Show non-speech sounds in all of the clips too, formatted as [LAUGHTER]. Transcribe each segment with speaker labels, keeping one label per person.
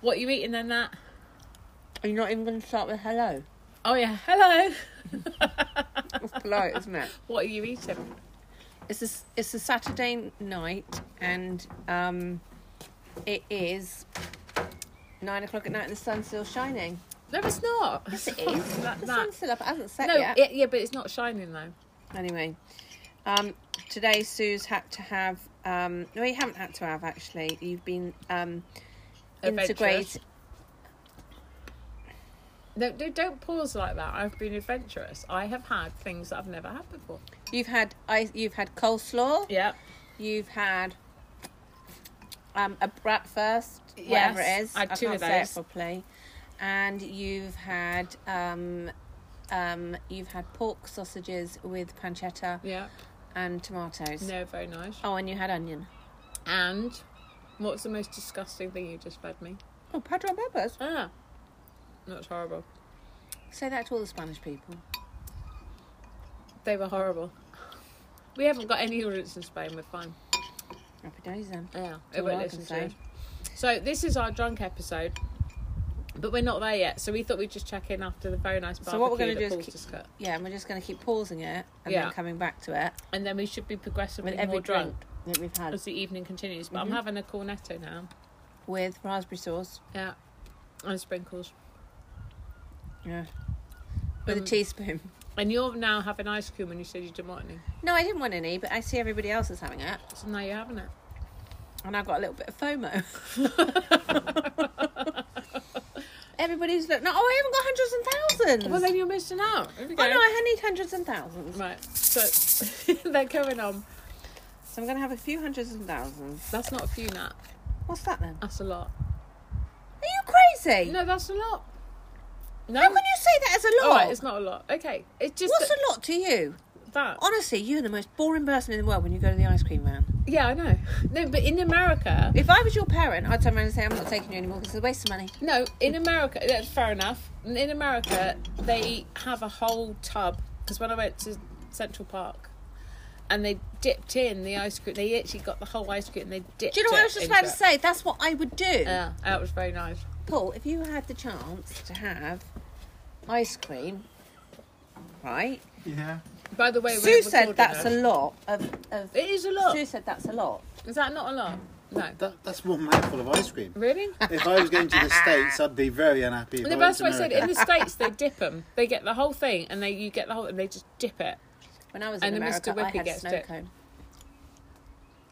Speaker 1: What are you eating then, Nat?
Speaker 2: Are you not even going to start with hello?
Speaker 1: Oh, yeah. Hello.
Speaker 2: It's polite, isn't it?
Speaker 1: What are you eating?
Speaker 2: [LAUGHS] It's a, s- it's a Saturday night, and um, it is nine o'clock at night, and the sun's still shining.
Speaker 1: No, it's not. [LAUGHS]
Speaker 2: Yes, it is.
Speaker 1: Like
Speaker 2: [LAUGHS]
Speaker 1: that.
Speaker 2: the sun's still up. It hasn't set
Speaker 1: No,
Speaker 2: yet.
Speaker 1: it- yeah, but it's not shining though.
Speaker 2: Anyway, um, today Sue's had to have. Um, no, you haven't had to have actually. You've been um,
Speaker 1: Adventurous.
Speaker 2: integrated.
Speaker 1: No, no, don't pause like that. I've been adventurous. I have had things that I've never had before.
Speaker 2: You've had I. You've had coleslaw.
Speaker 1: Yeah.
Speaker 2: You've had um, a breakfast,
Speaker 1: Yes,
Speaker 2: whatever it is.
Speaker 1: I had two
Speaker 2: can't
Speaker 1: of
Speaker 2: say it
Speaker 1: those.
Speaker 2: properly. And you've had um, um, you've had pork sausages with pancetta
Speaker 1: Yeah.
Speaker 2: and tomatoes.
Speaker 1: No, very nice.
Speaker 2: Oh, and you had onion.
Speaker 1: And what's the most disgusting thing you just fed me?
Speaker 2: Oh, padron peppers.
Speaker 1: Ah. That's horrible.
Speaker 2: Say that to all the Spanish people.
Speaker 1: They were horrible. We haven't got any audience in Spain. We're fine.
Speaker 2: Happy days then.
Speaker 1: Yeah.
Speaker 2: That's
Speaker 1: It
Speaker 2: all
Speaker 1: won't
Speaker 2: I
Speaker 1: listen
Speaker 2: can
Speaker 1: to
Speaker 2: say.
Speaker 1: us. So this is our drunk episode. But we're not there yet, so we thought we'd just check in after the very nice barbecue
Speaker 2: So what we're gonna
Speaker 1: that
Speaker 2: do is
Speaker 1: Paul's
Speaker 2: keep-
Speaker 1: just cut.
Speaker 2: Yeah, and we're just going to keep pausing it and
Speaker 1: Yeah.
Speaker 2: then coming back to it
Speaker 1: and then we should be progressively
Speaker 2: with every
Speaker 1: more drunk.
Speaker 2: drink that we've had
Speaker 1: as the evening continues. But
Speaker 2: Mhm.
Speaker 1: I'm having a cornetto now.
Speaker 2: with raspberry sauce.
Speaker 1: Yeah. And sprinkles.
Speaker 2: Yeah. With a
Speaker 1: Um,
Speaker 2: teaspoon.
Speaker 1: And you're now having ice cream and you said you didn't want any.
Speaker 2: No, I didn't want any, but I see everybody else is having it.
Speaker 1: So now you're having it.
Speaker 2: and I've got a little bit of FOMO. [LAUGHS] Everybody's looking. Oh, I haven't got hundreds and thousands.
Speaker 1: Well, then you're missing out. Here we go.
Speaker 2: oh no, I need hundreds and thousands.
Speaker 1: Right. So [LAUGHS] they're going on.
Speaker 2: So I'm going to have a few hundreds and thousands.
Speaker 1: That's not a few, Nat.
Speaker 2: What's that then?
Speaker 1: That's a lot.
Speaker 2: Are you crazy?
Speaker 1: No, that's a lot. No.
Speaker 2: How can you say that as a
Speaker 1: All
Speaker 2: lot?
Speaker 1: right, it's not a lot. Okay. It's just
Speaker 2: What's
Speaker 1: that,
Speaker 2: a lot to you?
Speaker 1: that.
Speaker 2: Honestly, you're the most boring person in the world when you go to the ice cream van.
Speaker 1: Yeah, I know. No, but in America,
Speaker 2: If I was your parent, I'd turn around and say, I'm not taking you anymore because it's a waste of money.
Speaker 1: No, in America, that's fair enough. In America, they have a whole tub because when I went to Central Park and they dipped in the ice cream, they actually got the whole ice cream and they dipped.
Speaker 2: Do you know what I was
Speaker 1: it
Speaker 2: just about to
Speaker 1: into
Speaker 2: say? That's what I would do.
Speaker 1: it. Yeah, that was very nice.
Speaker 2: Paul, if you had the chance to have ice cream, right?
Speaker 3: Yeah.
Speaker 1: By the way,
Speaker 2: Sue
Speaker 1: we're
Speaker 2: said
Speaker 1: recording
Speaker 2: that's a
Speaker 1: this.
Speaker 2: lot of. of
Speaker 1: It is a lot.
Speaker 2: Sue said that's a lot.
Speaker 1: Is that not a lot? No.
Speaker 3: That, that's one mouthful of ice cream.
Speaker 2: [LAUGHS]
Speaker 1: Really?
Speaker 3: If I was going to the States, I'd be very unhappy. if
Speaker 1: And the
Speaker 3: I went
Speaker 1: best
Speaker 3: to
Speaker 1: way I said in
Speaker 3: America.
Speaker 1: the states they dip them. They get the whole thing and they you get the whole and they just dip it.
Speaker 2: When I was
Speaker 1: And
Speaker 2: in
Speaker 1: then
Speaker 2: America,
Speaker 1: Mr.
Speaker 2: I
Speaker 1: Whippy
Speaker 2: had
Speaker 1: gets
Speaker 2: snow
Speaker 1: it.
Speaker 2: cone.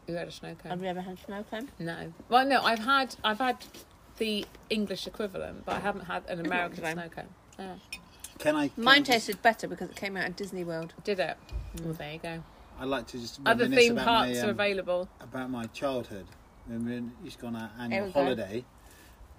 Speaker 1: You had a snow cone.
Speaker 2: Have you ever had snow cone?
Speaker 1: No. Well, no. I've had I've had the English equivalent, but I haven't had an American
Speaker 2: Okay.
Speaker 1: snow cone. Yeah.
Speaker 3: Can I? can I
Speaker 2: Mine
Speaker 3: just-
Speaker 2: tasted better because it came out of Disney World.
Speaker 1: Did it? Well, there you go.
Speaker 3: I'd like to just
Speaker 1: Other
Speaker 3: reminisce
Speaker 1: theme
Speaker 3: about
Speaker 1: parks
Speaker 3: my,
Speaker 1: are
Speaker 3: um,
Speaker 1: available.
Speaker 3: about my childhood. When we used to go on our
Speaker 2: There
Speaker 3: annual
Speaker 2: we go.
Speaker 3: holiday,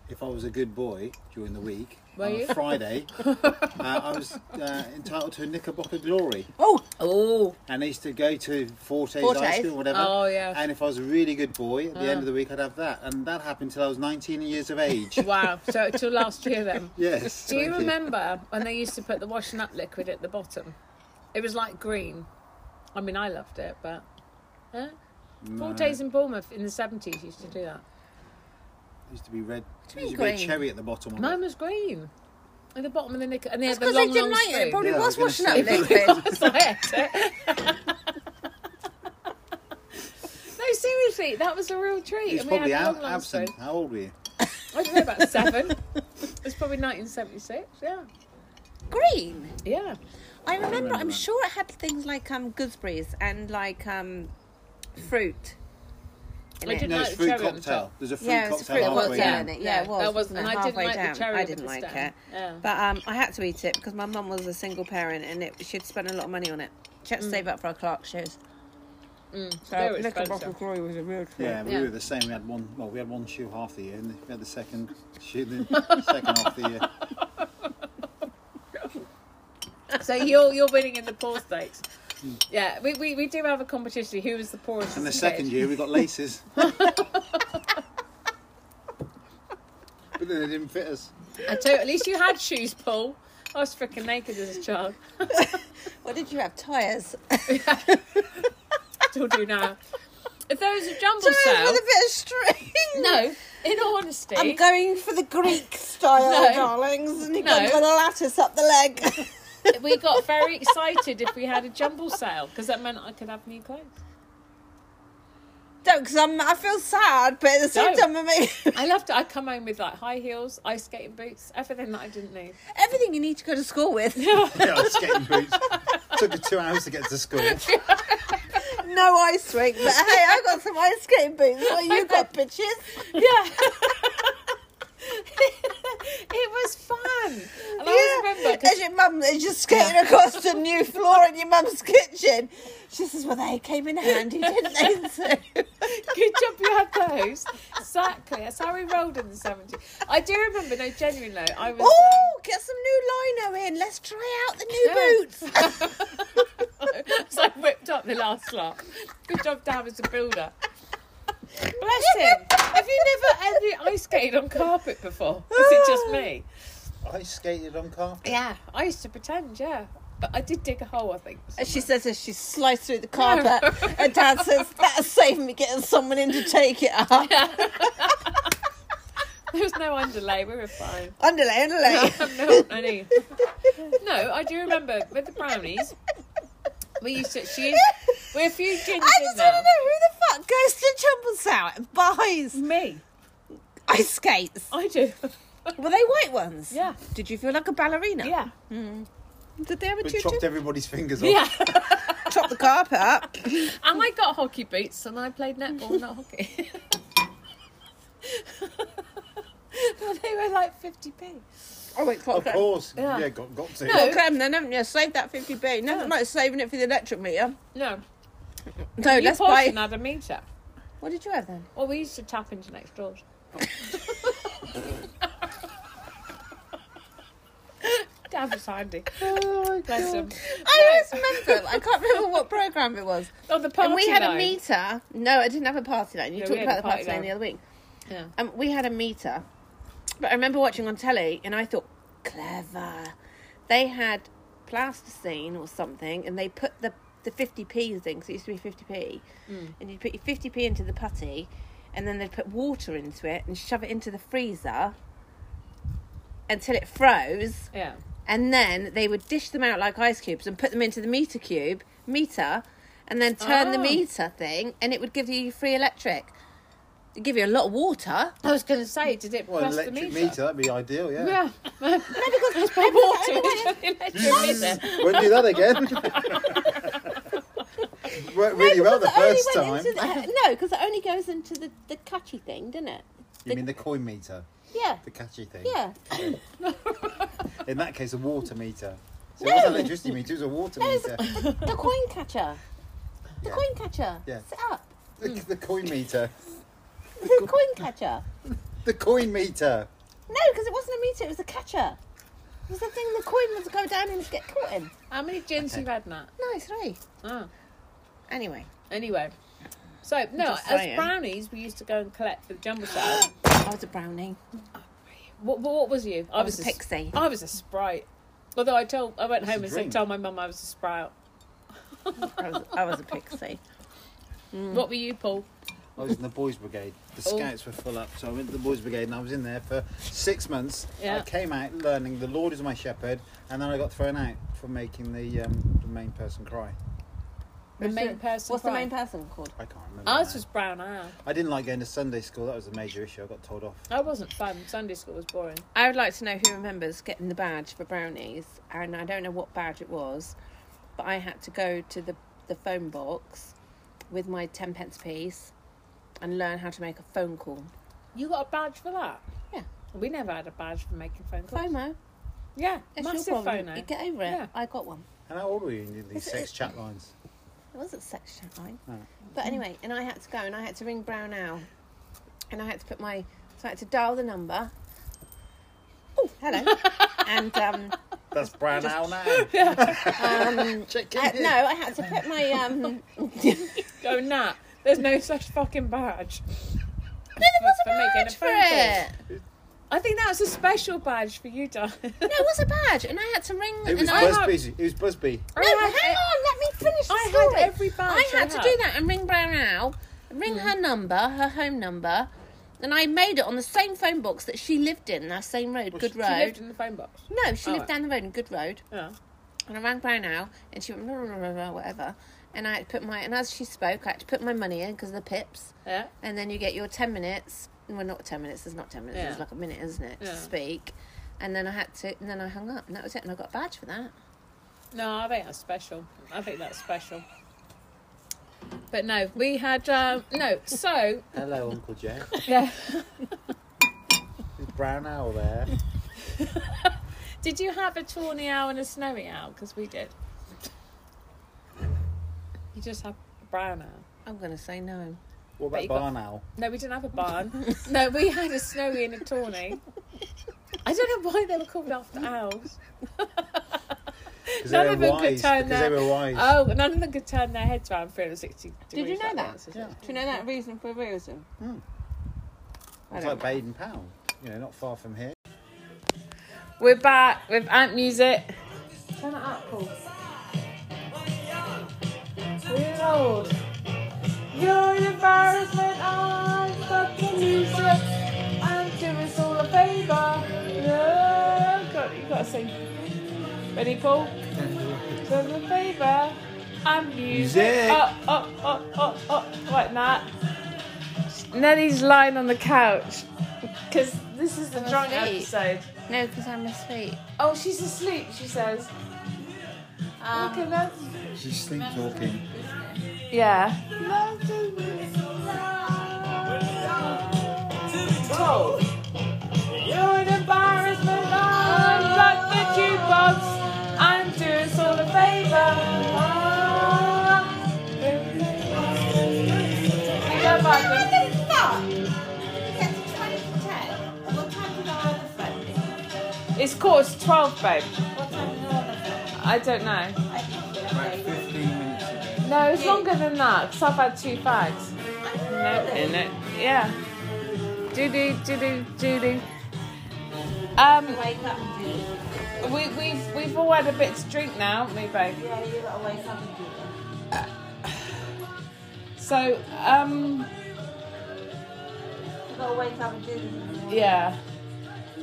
Speaker 3: if I was a good boy during the week,
Speaker 1: Were
Speaker 3: on
Speaker 1: you? [LAUGHS]
Speaker 3: a Friday, uh, I was uh, entitled to a Knickerbocker Glory.
Speaker 2: Oh,
Speaker 1: Oh,
Speaker 3: And I used to go to Forte's,
Speaker 2: Forte's.
Speaker 3: ice cream, whatever.
Speaker 1: Oh, yeah.
Speaker 3: And if I was a really good boy, at the
Speaker 1: Ah.
Speaker 3: end of the week, I'd have that. And that happened till I was 19 years
Speaker 1: [LAUGHS]
Speaker 3: of age.
Speaker 1: wow!
Speaker 2: [LAUGHS]
Speaker 1: So till last year then.
Speaker 3: yes.
Speaker 1: Do you
Speaker 3: thank
Speaker 1: remember when they used to put the washing up liquid at the bottom? It was like green. I mean, I loved it, but huh?
Speaker 3: No,
Speaker 1: four days in Bournemouth in the seventies used to do that.
Speaker 3: it used to be red. It
Speaker 2: do you mean
Speaker 3: used to be a
Speaker 2: green?
Speaker 3: cherry at the bottom. of it.
Speaker 1: Mine was green at the bottom of the knicker, and they
Speaker 2: that's
Speaker 1: had the
Speaker 2: because they
Speaker 1: long, long
Speaker 2: didn't like it. It
Speaker 1: spoon.
Speaker 2: probably
Speaker 3: Yeah, I
Speaker 2: was
Speaker 3: was gonna
Speaker 2: washing
Speaker 3: say.
Speaker 2: up [LAUGHS] liquid.
Speaker 1: So I ate it. [LAUGHS] no, seriously, that was a real treat.
Speaker 3: It's
Speaker 1: and we
Speaker 3: probably
Speaker 1: had
Speaker 3: ab-
Speaker 1: long, long
Speaker 3: absent.
Speaker 1: spoon.
Speaker 3: How old were you?
Speaker 1: I don't know about
Speaker 3: [LAUGHS]
Speaker 1: seven. It's probably 1976. Yeah,
Speaker 2: Green.
Speaker 1: yeah.
Speaker 2: I remember.
Speaker 3: remember
Speaker 2: I'm
Speaker 3: that.
Speaker 2: sure it had things like um, gooseberries and like um, fruit. in
Speaker 1: I
Speaker 2: it.
Speaker 1: didn't
Speaker 3: No,
Speaker 1: like
Speaker 3: it's
Speaker 1: the
Speaker 3: fruit
Speaker 1: cherry on the
Speaker 3: cocktail.
Speaker 1: top.
Speaker 3: There's a fruit
Speaker 2: Yeah, it was a
Speaker 3: cocktail
Speaker 2: fruit
Speaker 3: halfway
Speaker 2: cocktail,
Speaker 3: down.
Speaker 2: and it- yeah, it was,
Speaker 1: That wasn't.
Speaker 2: wasn't it?
Speaker 1: I didn't
Speaker 2: Halfway
Speaker 1: like
Speaker 2: down.
Speaker 1: the cherry.
Speaker 2: I
Speaker 1: with
Speaker 2: didn't
Speaker 1: the
Speaker 2: like
Speaker 1: stem.
Speaker 2: it.
Speaker 1: Yeah.
Speaker 2: But um, I had to eat it because my mum was a single parent and it, she'd spent a lot of money on it. She had to save up for her Clark shoes.
Speaker 1: Mm,
Speaker 2: So
Speaker 1: they were
Speaker 2: Little
Speaker 1: expensive.
Speaker 2: Bottle Glory was a real treat.
Speaker 3: Yeah, we
Speaker 1: Yeah.
Speaker 3: were the same. We had one. Well, we had one shoe half the year, and we had the second shoe the second half the year.
Speaker 1: So you're you're winning in the poor stakes. Yeah, we, we, we do have a competition. Who was the poorest?
Speaker 3: And the
Speaker 1: kid.
Speaker 3: second year, we got laces. but then they didn't fit us. [LAUGHS]
Speaker 1: I tell you, at least you had shoes, Paul. I was freaking naked as a child.
Speaker 2: What did you have? Tyres.
Speaker 1: Still do now. If there was a jumble
Speaker 2: Tyres
Speaker 1: sale,
Speaker 2: with a bit of string.
Speaker 1: No, in all honesty,
Speaker 2: I'm going for the Greek style,
Speaker 1: No.
Speaker 2: darlings, and you've
Speaker 1: No.
Speaker 2: got a lattice up the leg.
Speaker 1: [LAUGHS] we got
Speaker 2: [LAUGHS]
Speaker 1: very excited if we had a jumble sale because that meant I could have new clothes.
Speaker 2: Don't, because I feel sad, but at the same
Speaker 1: No.
Speaker 2: time, I mean,
Speaker 1: I loved it. I'd come home with like high heels, ice skating boots, everything that I didn't need.
Speaker 2: [LAUGHS] everything you need to go to school
Speaker 1: [LAUGHS]
Speaker 2: with.
Speaker 4: yeah, skating boots. Took me two hours to get to school.
Speaker 2: No ice rink, but hey, I got some ice skating boots.
Speaker 1: [LAUGHS]
Speaker 2: What you got, bitches?
Speaker 1: Yeah. [LAUGHS] it was fun. And I always remember
Speaker 2: as
Speaker 1: because
Speaker 2: your mum is just skating across the new floor in your mum's kitchen. She says, "Well, they came in handy, didn't
Speaker 1: [LAUGHS]
Speaker 2: they?" [LAUGHS] So-
Speaker 1: good job you had those. Exactly. That's how we rolled in the 70s. I do remember, no, genuinely, I was.
Speaker 2: oh, get some new lino in. Let's try out the new
Speaker 1: Yeah.
Speaker 2: boots.
Speaker 1: [LAUGHS] so I whipped up the last lot. Good job, Dad was a builder. Bless him. Have you never ever ice skated on carpet before? Is it just me?
Speaker 4: I skated on carpet.
Speaker 1: Yeah, I used to pretend, yeah. But I did dig a hole, I think.
Speaker 2: [LAUGHS]
Speaker 1: [LAUGHS]
Speaker 2: And she says as she sliced through the carpet, and Dad says, "That saved me getting someone in to take it up."
Speaker 1: There was no underlay, we were fine.
Speaker 2: Underlay, [LAUGHS] underlay.
Speaker 1: [LAUGHS] no, I know.
Speaker 2: [LAUGHS]
Speaker 1: No, I do remember with the brownies. We used to. She is. We're a few gins
Speaker 2: I
Speaker 1: in
Speaker 2: just
Speaker 1: now.
Speaker 2: want to know who the fuck goes to Chumble's out and buys
Speaker 1: Me,
Speaker 2: ice skates.
Speaker 1: I do. [LAUGHS]
Speaker 2: Were they white ones?
Speaker 1: Yeah,
Speaker 2: Did you feel like a ballerina?
Speaker 1: yeah,
Speaker 2: Did they have a
Speaker 4: We
Speaker 2: tutu?
Speaker 4: chopped everybody's fingers off.
Speaker 1: yeah. [LAUGHS]
Speaker 2: Chop the carpet up.
Speaker 1: And I got hockey boots, and I played netball, not hockey. [LAUGHS] well, they were like fifty p.
Speaker 2: [LAUGHS] Oh wait, clock
Speaker 4: Of course.
Speaker 1: Yeah.
Speaker 4: Yeah, got, got to.
Speaker 1: No.
Speaker 2: Clem, then haven't you? Save that 50p. Nothing like saving it for the electric meter.
Speaker 1: No,
Speaker 2: No,
Speaker 1: you
Speaker 2: let's buy.
Speaker 1: portion had a meter.
Speaker 2: What did you have then?
Speaker 1: Well, we used to tap into next [LAUGHS] doors. Dad was handy. Bless him.
Speaker 2: [LAUGHS] I always remember. I can't remember what program it was.
Speaker 1: Oh, the party
Speaker 2: And we had
Speaker 1: line.
Speaker 2: a meter. No, I didn't have a party line. You
Speaker 1: No, we
Speaker 2: talked
Speaker 1: had
Speaker 2: about
Speaker 1: a
Speaker 2: the party,
Speaker 1: party
Speaker 2: line
Speaker 1: line.
Speaker 2: the other week.
Speaker 1: Yeah.
Speaker 2: Um, we had a meter, but I remember watching on telly, and I thought clever. They had plasticine or something, and they put the the 50p's in because it used to be 50p,
Speaker 1: Mm.
Speaker 2: and you'd put your 50p into the putty, and then they'd put water into it and shove it into the freezer until it froze,
Speaker 1: Yeah.
Speaker 2: and then they would dish them out like ice cubes and put them into the meter cube meter and then turn the
Speaker 1: Oh.
Speaker 2: meter thing and it would give you free electric It'd give you a lot of water
Speaker 1: I was going to say, did it
Speaker 4: Well, an
Speaker 1: press the
Speaker 4: electric
Speaker 1: meter?
Speaker 4: meter. that'd be ideal, yeah.
Speaker 1: Yeah.
Speaker 2: [LAUGHS] water
Speaker 1: [LAUGHS] electric meter.
Speaker 4: Won't do that
Speaker 1: [LAUGHS]
Speaker 4: again. Worked really well the first time.
Speaker 2: no because it only goes into the, the catchy thing doesn't it
Speaker 4: You mean the coin meter?
Speaker 2: yeah
Speaker 4: The catchy thing?
Speaker 2: yeah
Speaker 4: In that case, a water meter. So it wasn't electricity meter, it was a water meter.
Speaker 2: the coin catcher the
Speaker 4: Yeah.
Speaker 2: coin catcher
Speaker 4: Yeah.
Speaker 2: sit
Speaker 4: [LAUGHS]
Speaker 2: up
Speaker 4: The, the coin meter.
Speaker 2: the coin catcher
Speaker 4: The coin meter.
Speaker 2: no because it wasn't a meter it was a catcher it was the thing the coin would go down and get caught in
Speaker 1: How many gins you had, Nat?
Speaker 2: nice right
Speaker 1: Oh.
Speaker 2: anyway
Speaker 1: Anyway. So, no,
Speaker 2: Just
Speaker 1: as
Speaker 2: saying.
Speaker 1: brownies, we used to go and collect for the jumble sale.
Speaker 2: i was a brownie
Speaker 1: what, what, what was you? I,
Speaker 2: was a
Speaker 1: s-
Speaker 2: pixie.
Speaker 1: I was a sprite. Although I told, I went
Speaker 4: It's a
Speaker 1: home and said,
Speaker 4: drink.
Speaker 1: told my mum I was a sprout.
Speaker 2: [LAUGHS] I was, I was a pixie. Mm.
Speaker 1: What were you, Paul?
Speaker 4: I was in the boys' brigade. The
Speaker 1: Oh.
Speaker 4: scouts were full up, so I went to the boys' brigade and I was in there for six months.
Speaker 1: Yeah.
Speaker 4: I came out learning the Lord is my shepherd, and then I got thrown out for making the um, the main person cry.
Speaker 1: The main person.
Speaker 2: What's the
Speaker 1: crying.
Speaker 2: main person called?
Speaker 4: I can't remember.
Speaker 1: Ours
Speaker 4: now.
Speaker 1: was brown ale.
Speaker 4: I didn't like going to Sunday school. That was a major issue. I got told off.
Speaker 1: I wasn't fun. Sunday school was boring.
Speaker 2: I would like to know who remembers getting the badge for brownies, and I don't know what badge it was, but I had to go to the, the phone box with my ten pence piece and learn how to make a phone call.
Speaker 1: You got a badge for that?
Speaker 2: Yeah.
Speaker 1: We never had a badge for making phone calls.
Speaker 2: FOMO,
Speaker 1: Yeah,
Speaker 2: it's
Speaker 1: massive
Speaker 2: your problem.
Speaker 1: phono.
Speaker 2: You get over it.
Speaker 1: Yeah.
Speaker 2: I got one.
Speaker 4: And how old were you in these
Speaker 2: It's-
Speaker 4: sex
Speaker 2: it's-
Speaker 4: chat
Speaker 1: [LAUGHS]
Speaker 4: lines?
Speaker 2: It wasn't sex chat line,
Speaker 4: No.
Speaker 2: but anyway, and I had to go and I had to ring Brown Owl, and I had to put my so I had to dial the number. Oh, hello,
Speaker 1: [LAUGHS]
Speaker 2: and um.
Speaker 4: That's brown owl now.
Speaker 2: [LAUGHS] um
Speaker 4: Check
Speaker 2: I,
Speaker 4: it.
Speaker 2: no, I had to put my um. [LAUGHS] no,
Speaker 1: Go Nat. Oh, There's no such fucking badge.
Speaker 2: there was a
Speaker 1: For making a
Speaker 2: badge for
Speaker 1: phone
Speaker 2: it.
Speaker 1: I think that was a special badge for you, [LAUGHS] darling.
Speaker 2: No, it was a badge, and I had to ring.
Speaker 4: It
Speaker 2: and
Speaker 4: was
Speaker 2: I had,
Speaker 4: Busby. It was Busby.
Speaker 2: no, hang on, let me finish the
Speaker 1: I had
Speaker 2: story.
Speaker 1: every badge
Speaker 2: I had Mm.
Speaker 1: I
Speaker 2: to
Speaker 1: had.
Speaker 2: do that and ring Brown Owl, ring her number, her home number, And I made it on the same phone box that she lived in, that same road, Good
Speaker 1: She
Speaker 2: Road.
Speaker 1: lived in the phone box.
Speaker 2: no, she
Speaker 1: Oh.
Speaker 2: lived down the road in Good Road.
Speaker 1: Yeah.
Speaker 2: And I rang Brownell, and she went, blah, blah, blah, blah, whatever. And I had to put my, and as she spoke, I had to put my money in because of the pips.
Speaker 1: Yeah.
Speaker 2: And then you get your 10 minutes. Well, not 10 minutes, it's not 10 minutes, it's
Speaker 1: Yeah.
Speaker 2: like a minute, isn't it,
Speaker 1: Yeah.
Speaker 2: to speak. And then I had to, and then I hung up, and that was it. And I got a badge for that.
Speaker 1: No, I think that's special. I think that's special. But no, we had um, no. So
Speaker 4: Hello, Uncle Jeff.
Speaker 1: yeah.
Speaker 4: Is Brown Owl there?
Speaker 1: [LAUGHS] Did you have a tawny owl and a snowy owl? Because we did. You just had a brown owl.
Speaker 2: I'm going to say no.
Speaker 4: What
Speaker 1: But
Speaker 4: about
Speaker 1: you got-
Speaker 4: Barn Owl?
Speaker 1: No, we didn't have a
Speaker 5: [LAUGHS]
Speaker 1: barn. no, we had a snowy and a tawny. I don't know why they were called after owls.
Speaker 4: Because
Speaker 1: None
Speaker 4: they were
Speaker 1: of them could
Speaker 4: wise.
Speaker 1: turn
Speaker 4: Because
Speaker 1: their-
Speaker 4: they were wise.
Speaker 1: Oh, none of them could turn their heads around 360 degrees.
Speaker 5: Did you know
Speaker 1: like
Speaker 5: that?
Speaker 1: this, is it?
Speaker 4: yeah.
Speaker 5: Do you know that reason for a reason?
Speaker 2: Hmm.
Speaker 5: I
Speaker 4: It's
Speaker 5: don't
Speaker 4: like Baden Powell. You know, not far from here.
Speaker 1: We're back with amp music. Turn it up, Paul. We're old. You're an embarrassment. I'm fucking music. I'm doing us all a favour. No, God, you gotta sing. Ready, Paul? Doing us a favour. I'm music.
Speaker 4: Music.
Speaker 1: Up, up, up, up, up. Like that. Nelly's lying on the couch because this is the drunk
Speaker 2: asleep.
Speaker 1: episode.
Speaker 2: No, because I'm asleep.
Speaker 1: Oh, she's asleep, she says. Um, Look at that.
Speaker 4: She's sleep talking.
Speaker 1: Yeah. Cool. You're an embarrassment. I'm like the jukebox. I'm doing us all a favour. You don't like them? It's quarter to 12, babe. I don't know.
Speaker 4: About 15 minutes ago.
Speaker 1: No, it's longer than that because I've had two fags. No, Oh. in it. Yeah. Do do do do do do. Um,
Speaker 5: Wake up and do it.
Speaker 1: we, we've we've all had a bit to drink now, haven't we, babe?
Speaker 5: Yeah, you gotta wake up and do it.
Speaker 1: [SIGHS] So, um,
Speaker 5: You gotta wake up and do it.
Speaker 1: yeah.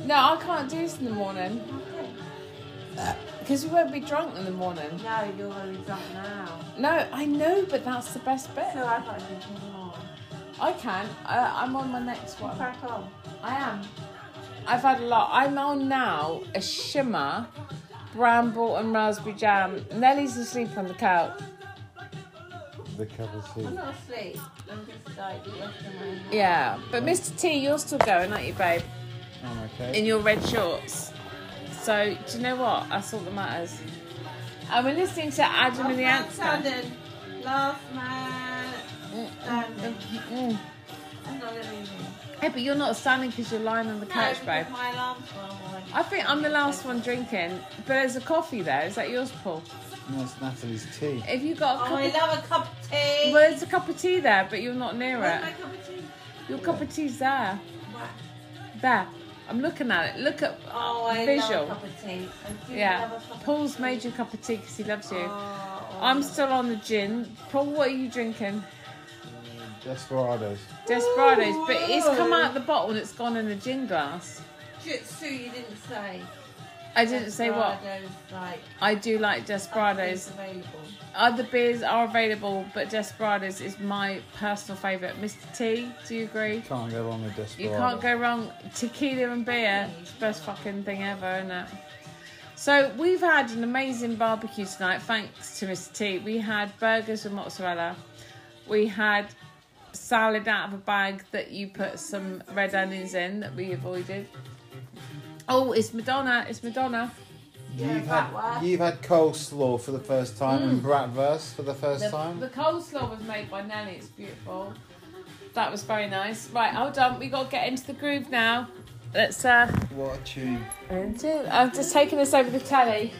Speaker 1: No, I can't do this in the morning because we won't be drunk in the morning.
Speaker 5: No, you're gonna be drunk now.
Speaker 1: No, I know, but that's the best bit.
Speaker 5: So I can't do anymore.
Speaker 1: I can. I, I'm on my next one.
Speaker 5: Crack on.
Speaker 1: I am. I've had a lot. I'm on now a shimmer, bramble and raspberry jam. Nelly's asleep on the couch.
Speaker 4: The cover
Speaker 5: I'm
Speaker 4: seat.
Speaker 5: not asleep. I'm just like the rest of my
Speaker 1: Yeah, but Mr. T, you're still going, aren't you, babe?
Speaker 4: I'm
Speaker 1: In
Speaker 4: okay.
Speaker 1: your red shorts. So do you know what? That's all that matters. And we're listening to Adam and the Ants. now.
Speaker 5: Last man. standing.
Speaker 1: Mm.
Speaker 5: I'm not leaving.
Speaker 1: Yeah, but you're not standing because you're lying on the
Speaker 5: No,
Speaker 1: couch, babe.
Speaker 5: because my alarm's gone away.
Speaker 1: I think I'm the last one drinking, but there's a coffee there. Is that yours, Paul?
Speaker 4: That's Natalie's tea.
Speaker 1: If you got a
Speaker 5: Oh, I
Speaker 1: cup,
Speaker 5: love a cup of
Speaker 1: of,
Speaker 5: tea.
Speaker 1: well, there's a cup of tea there, but you're not near
Speaker 5: Where's
Speaker 1: it.
Speaker 5: my cup of tea?
Speaker 1: Your cup of tea's there.
Speaker 5: Wow.
Speaker 1: There. I'm looking at it. Look at
Speaker 5: Oh, I
Speaker 1: visual.
Speaker 5: love a cup of tea. I do
Speaker 1: yeah.
Speaker 5: love a cup of
Speaker 1: Paul's
Speaker 5: tea.
Speaker 1: made you a cup of tea because he loves you.
Speaker 5: Oh,
Speaker 1: I'm still on the gin. Paul, what are you drinking?
Speaker 4: Desperados.
Speaker 1: Desperados, but it's come
Speaker 5: wow.
Speaker 1: out the bottle and it's gone in a gin glass.
Speaker 5: Jutsu, you didn't say.
Speaker 1: I didn't say what.
Speaker 5: Desperado's, Like,
Speaker 1: I do like
Speaker 5: Brados.
Speaker 1: Desperados.
Speaker 5: available.
Speaker 1: Other beers are available, but Desperados is my personal favourite. Mr. T, do you agree?
Speaker 4: Can't go wrong with Desperados.
Speaker 1: You can't go wrong. Tequila and beer, it's the best fucking thing ever, isn't it? So we've had an amazing barbecue tonight, thanks to Mr. T. We had burgers with mozzarella. We had salad out of a bag that you put some red onions in that we avoided. Oh, it's Madonna! It's Madonna.
Speaker 4: You've
Speaker 5: bratwurst.
Speaker 4: had, you've had coleslaw for the first time and bratwurst for the first
Speaker 1: Mm. The,
Speaker 4: time.
Speaker 1: the coleslaw was made by Nelly. It's beautiful. That was very nice. Right, hold on. We got to get into the groove now. Let's uh.
Speaker 4: What a tune.
Speaker 1: I've just taken this over the telly.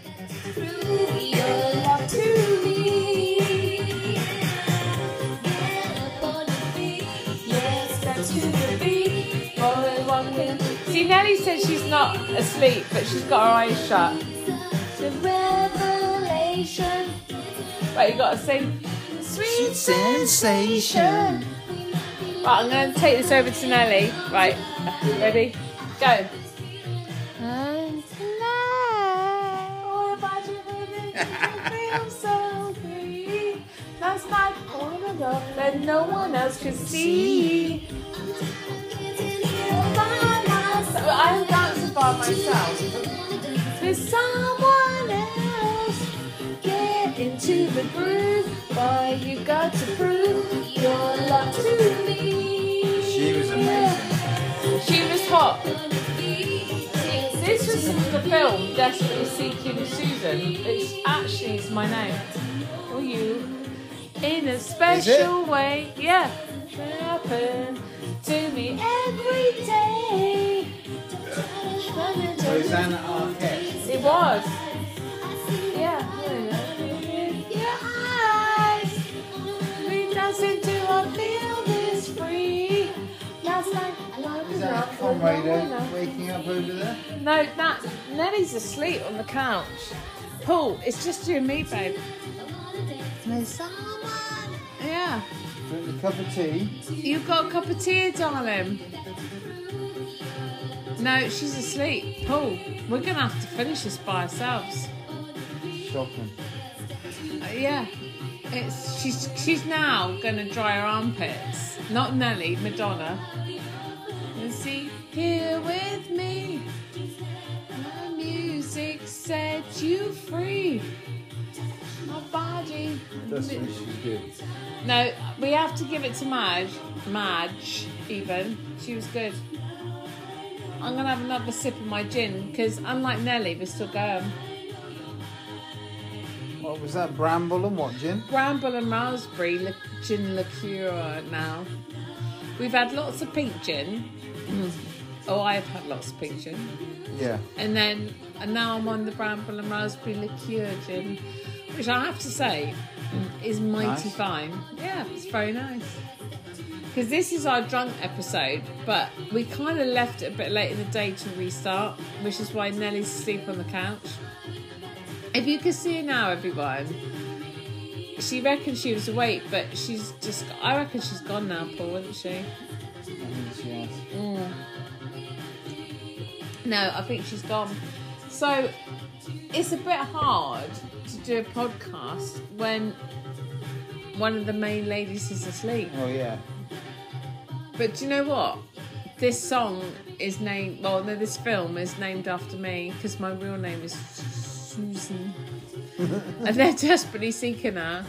Speaker 1: See, Nelly says she's not asleep, but she's got her eyes shut.
Speaker 6: The revelation,
Speaker 1: But you gotta sing. Sweet.
Speaker 4: Sensation.
Speaker 6: we might be
Speaker 1: Right, I'm going to take this over to Nelly. Right, ready? Go.
Speaker 6: And tonight, oh, if I should really feel so free,
Speaker 1: [LAUGHS] That's not gonna go that no one else could see. So I'm dancing by myself.
Speaker 6: With someone else, get into the groove. Boy, you got to prove your love to me.
Speaker 3: She was amazing.
Speaker 1: She was hot. This was the film Desperately Seeking Susan. It's actually is my name. Or you. In a special way. Yeah. Happen to me every day.
Speaker 3: Rosanna Arquette.
Speaker 1: It was. Yeah. Your eyes. We dance until I feel this free. Last night, I loved
Speaker 3: Is
Speaker 1: enough,
Speaker 3: that
Speaker 1: but
Speaker 3: Tom
Speaker 1: no one
Speaker 3: Raider
Speaker 1: else.
Speaker 3: waking up over there?
Speaker 1: No, that Nelly's asleep on the couch. Paul, it's just you and me, babe. Yeah.
Speaker 3: Drink a cup of tea.
Speaker 1: You've got a cup of tea, darling. No, she's asleep. Paul, we're gonna have to finish this by ourselves.
Speaker 3: Shocking.
Speaker 1: Uh, yeah. It's she's she's now gonna dry her armpits. Not Nelly, Madonna. And see here with me. My music sets you free. My body.
Speaker 3: That's when she's good.
Speaker 1: No, we have to give it to Madge. Madge, even. She was good. I'm going to have another sip of my gin because, unlike Nelly, we're still going.
Speaker 3: What was that? Bramble and what, Jim?
Speaker 1: Bramble and raspberry li- gin liqueur now. We've had lots of pink gin. oh, I've had lots of pink gin.
Speaker 3: Yeah.
Speaker 1: And then, and now I'm on the bramble and raspberry liqueur gin, which I have to say is mighty
Speaker 3: Nice.
Speaker 1: fine. Yeah, it's very nice. Because this is our drunk episode, but we kind of left it a bit late in the day to restart, which is why Nelly's asleep on the couch. If you could see her now, everyone, she reckons she was awake, but she's just, I reckon she's gone now, Paul, isn't she?
Speaker 3: I think she has.
Speaker 1: No, I think she's gone. So it's a bit hard to do a podcast when one of the main ladies is asleep.
Speaker 3: Oh, yeah.
Speaker 1: But do you know what? This song is named, well, no, this film is named after me because my real name is Susan. and they're desperately seeking her.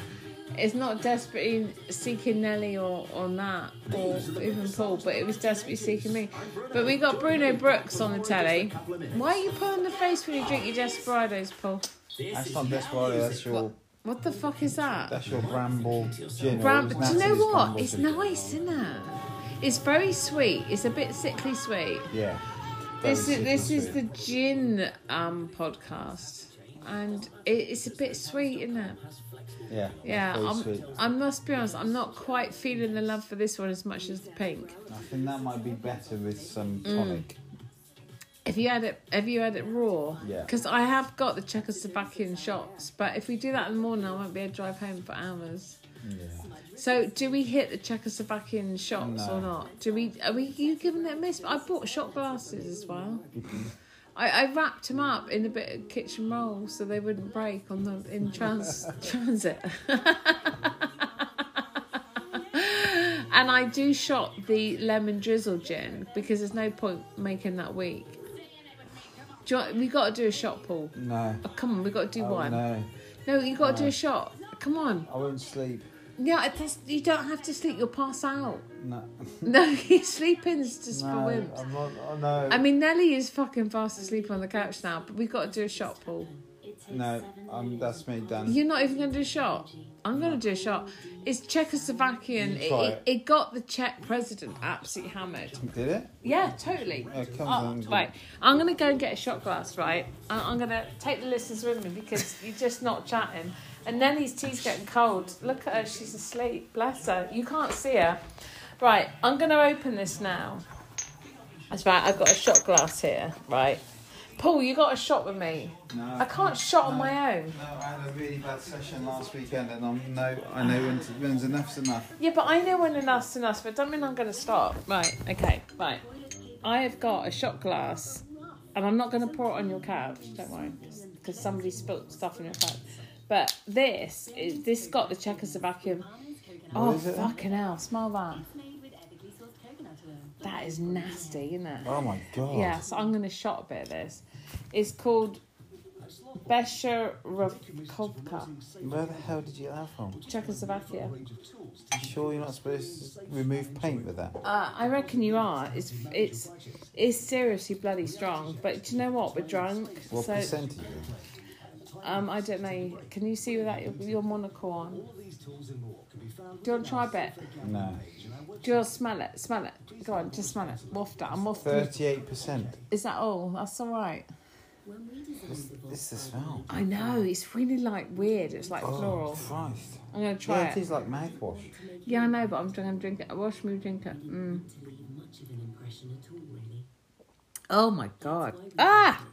Speaker 1: It's not desperately seeking Nelly or, or Nat or even Paul, but it was desperately seeking me. But we got Bruno Brooks on the telly. Why are you pulling the face when you drink your desperados, Paul?
Speaker 3: That's not Desperado, that's your,
Speaker 1: What the fuck is that?
Speaker 3: that's your Bramble gin. or
Speaker 1: Bram-
Speaker 3: it
Speaker 1: Do
Speaker 3: was
Speaker 1: you know
Speaker 3: Natalie's
Speaker 1: what?
Speaker 3: Bramble
Speaker 1: It's
Speaker 3: gin.
Speaker 1: nice, isn't it? It's very sweet. It's a bit sickly sweet.
Speaker 3: Yeah.
Speaker 1: This is
Speaker 3: Very
Speaker 1: this
Speaker 3: sickly
Speaker 1: is the gin um podcast, and it, it's a bit sweet, isn't it?
Speaker 3: sweet. Yeah. um,
Speaker 1: Yeah,
Speaker 3: Very
Speaker 1: I'm,
Speaker 3: sweet.
Speaker 1: I must be honest. I'm not quite feeling the love for this one as much as the pink.
Speaker 3: I think that might be better with some tonic.
Speaker 1: If you had it, have you had it raw?
Speaker 3: Yeah.
Speaker 1: Because I have got the Czechoslovakian shots, but if we do that in the morning, I won't be able to drive home for hours.
Speaker 3: Yeah.
Speaker 1: So, do we hit the Czechoslovakian shots
Speaker 3: No.
Speaker 1: or not? Do we? Are we? You giving it a miss? I bought shot glasses as well. I, I wrapped them up in a bit of kitchen roll so they wouldn't break on the in trans, transit. [LAUGHS] and I do shot the lemon drizzle gin because there's no point making that weak. Do you want, we got to do a shot, Paul.
Speaker 3: No.
Speaker 1: Oh, come on, we got to do
Speaker 3: Oh,
Speaker 1: one. No,
Speaker 3: no.
Speaker 1: you got to do a shot. Come on.
Speaker 3: I won't sleep.
Speaker 1: Yeah, that's, you don't have to sleep. You'll pass out. [LAUGHS]
Speaker 3: No.
Speaker 1: No, sleeping's just
Speaker 3: No,
Speaker 1: for wimps.
Speaker 3: I'm not. Oh, no.
Speaker 1: I mean, Nelly is fucking fast asleep on the couch now, but we've got to do a shot, Paul.
Speaker 3: no, um, that's me done.
Speaker 1: You're not even going to do a shot. I'm going to do a shot. It's Czechoslovakian.
Speaker 3: You
Speaker 1: It,
Speaker 3: try
Speaker 1: it,
Speaker 3: it.
Speaker 1: it got the Czech president absolutely hammered.
Speaker 3: Did it?
Speaker 1: Yeah, totally.
Speaker 3: Yeah, come
Speaker 1: Oh,
Speaker 3: on.
Speaker 1: right, I'm going to go and get a shot glass, right? I- I'm going to take the listeners with me because [LAUGHS] you're just not chatting. And Nelly's tea's getting cold. Look at her, she's asleep. Bless her. You can't see her. Right, I'm going to open this now. That's right, I've got a shot glass here, right? Paul, you got a shot with me.
Speaker 3: No,
Speaker 1: I can't shot on
Speaker 3: no.
Speaker 1: my own.
Speaker 3: No, I had a really bad session last weekend, and I'm no, I know when's, when's enough's enough.
Speaker 1: Yeah, but I know when enough's enough, but don't mean I'm going to stop. Right, okay, right. I have got a shot glass, and I'm not going to pour it on your couch, don't worry, because somebody spilled stuff on your couch. But this, is, this got the Czechoslovakian. Oh,
Speaker 3: is it?
Speaker 1: fucking hell, smell that. That is nasty, isn't it?
Speaker 3: Oh my god.
Speaker 1: Yeah, so I'm going to shot a bit of this. It's called Besherovkovka,
Speaker 3: Where the hell did you get that from?
Speaker 1: Czechoslovakia.
Speaker 3: You sure you're not supposed to remove paint with that?
Speaker 1: Uh, I reckon you are. It's it's it's seriously bloody strong. But do you know what? We're drunk,
Speaker 3: What
Speaker 1: so
Speaker 3: percentage? is it?
Speaker 1: um, I don't know. Can you see without your, your monocle on? Do you want to try a bit?
Speaker 3: No.
Speaker 1: Do you want to smell it? Smell it. Go on, just smell it. Waft it. I'm wafting.
Speaker 3: Thirty-eight percent.
Speaker 1: Is that all? That's all right.
Speaker 3: It's the smell.
Speaker 1: I know. It's really like weird. It's like
Speaker 3: Oh,
Speaker 1: floral.
Speaker 3: Christ.
Speaker 1: I'm gonna
Speaker 3: yeah,
Speaker 1: try
Speaker 3: it
Speaker 1: it.
Speaker 3: tastes like mouthwash.
Speaker 1: Yeah, I know, but I'm drinking. I'm drinking. Watch me drink it. Mm. Oh my god! Ah,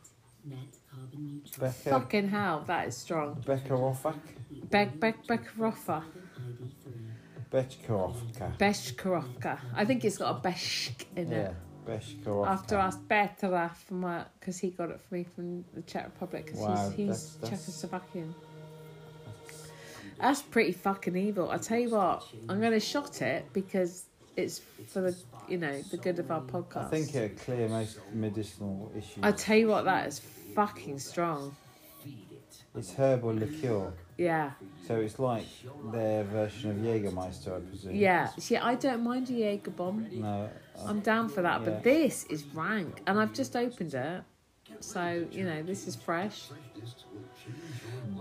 Speaker 3: Becca,
Speaker 1: fucking hell! That is strong.
Speaker 3: Becca Offak,
Speaker 1: Beg, beg, beg, rofa.
Speaker 3: Bechkarovka.
Speaker 1: Beshkarovka. I think it's got a beshk in
Speaker 3: Yeah,
Speaker 1: it.
Speaker 3: Bechkarovka.
Speaker 1: After I asked Petra from my, because he got it for me from the Czech Republic, because
Speaker 3: Wow,
Speaker 1: he's, he's
Speaker 3: that's-
Speaker 1: Czechoslovakian. That's pretty fucking evil. I tell you what, I'm going to shot it because it's for the, you know, the good of our podcast.
Speaker 3: I think it'll clear most medicinal issues.
Speaker 1: I tell you what, that is fucking strong.
Speaker 3: it's herbal liqueur,
Speaker 1: Yeah,
Speaker 3: so it's like their version of Jägermeister, I presume.
Speaker 1: yeah. See, I don't mind a Jaeger bomb.
Speaker 3: No, I-
Speaker 1: I'm down for that,
Speaker 3: Yeah.
Speaker 1: but this is rank, and I've just opened it, so you know this is fresh.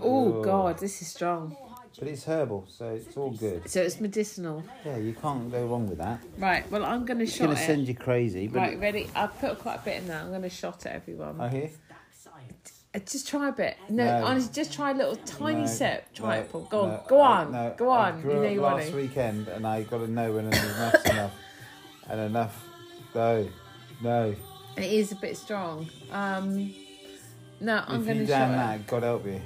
Speaker 1: Oh
Speaker 3: Ooh.
Speaker 1: god, this is strong.
Speaker 3: but it's herbal, so it's all good.
Speaker 1: So it's medicinal,
Speaker 3: Yeah, you can't go wrong with that.
Speaker 1: right? Well, I'm gonna
Speaker 3: It's
Speaker 1: shot
Speaker 3: going
Speaker 1: it.
Speaker 3: to send you crazy, but
Speaker 1: right, ready? I put quite a bit in there. I'm gonna shot it, everyone.
Speaker 3: I hear.
Speaker 1: Uh, Just try a bit. No,
Speaker 3: No.
Speaker 1: honestly, just try a little tiny
Speaker 3: No,
Speaker 1: sip. Try
Speaker 3: no,
Speaker 1: it, Paul. Go on,
Speaker 3: no,
Speaker 1: go
Speaker 3: I-
Speaker 1: on,
Speaker 3: no,
Speaker 1: go
Speaker 3: I
Speaker 1: on.
Speaker 3: grew
Speaker 1: you know
Speaker 3: up
Speaker 1: you want
Speaker 3: last
Speaker 1: to.
Speaker 3: weenghend and I got to know when enough's enough, and enough. No, no.
Speaker 1: It is a bit strong. Um, no, I'm
Speaker 3: if
Speaker 1: gonna
Speaker 3: you
Speaker 1: shot
Speaker 3: damn
Speaker 1: it.
Speaker 3: that, God help you.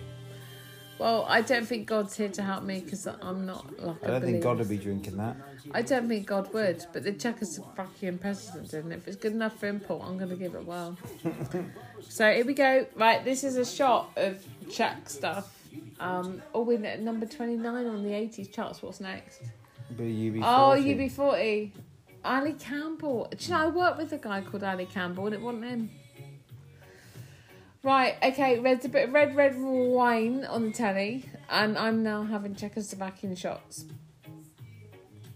Speaker 1: Well, I don't think God's here to help me because I'm not like
Speaker 3: I don't
Speaker 1: believer.
Speaker 3: think God would be drinking that.
Speaker 1: I don't think God would, but the Czechoslovakian president did, and if it's good enough for import, I'm going to give it well. so here we go. Right, this is a shot of Czech stuff. Um, oh, we're at number 29 on the 80s charts. What's next?
Speaker 3: But you be.
Speaker 1: Oh,
Speaker 3: 40.
Speaker 1: UB40. Ali Campbell. Do you know, I worked with a guy called Ali Campbell and it wasn't him. Right, okay, there's a bit of red, red wine on the telly, and I'm now having Czechoslovakian shots.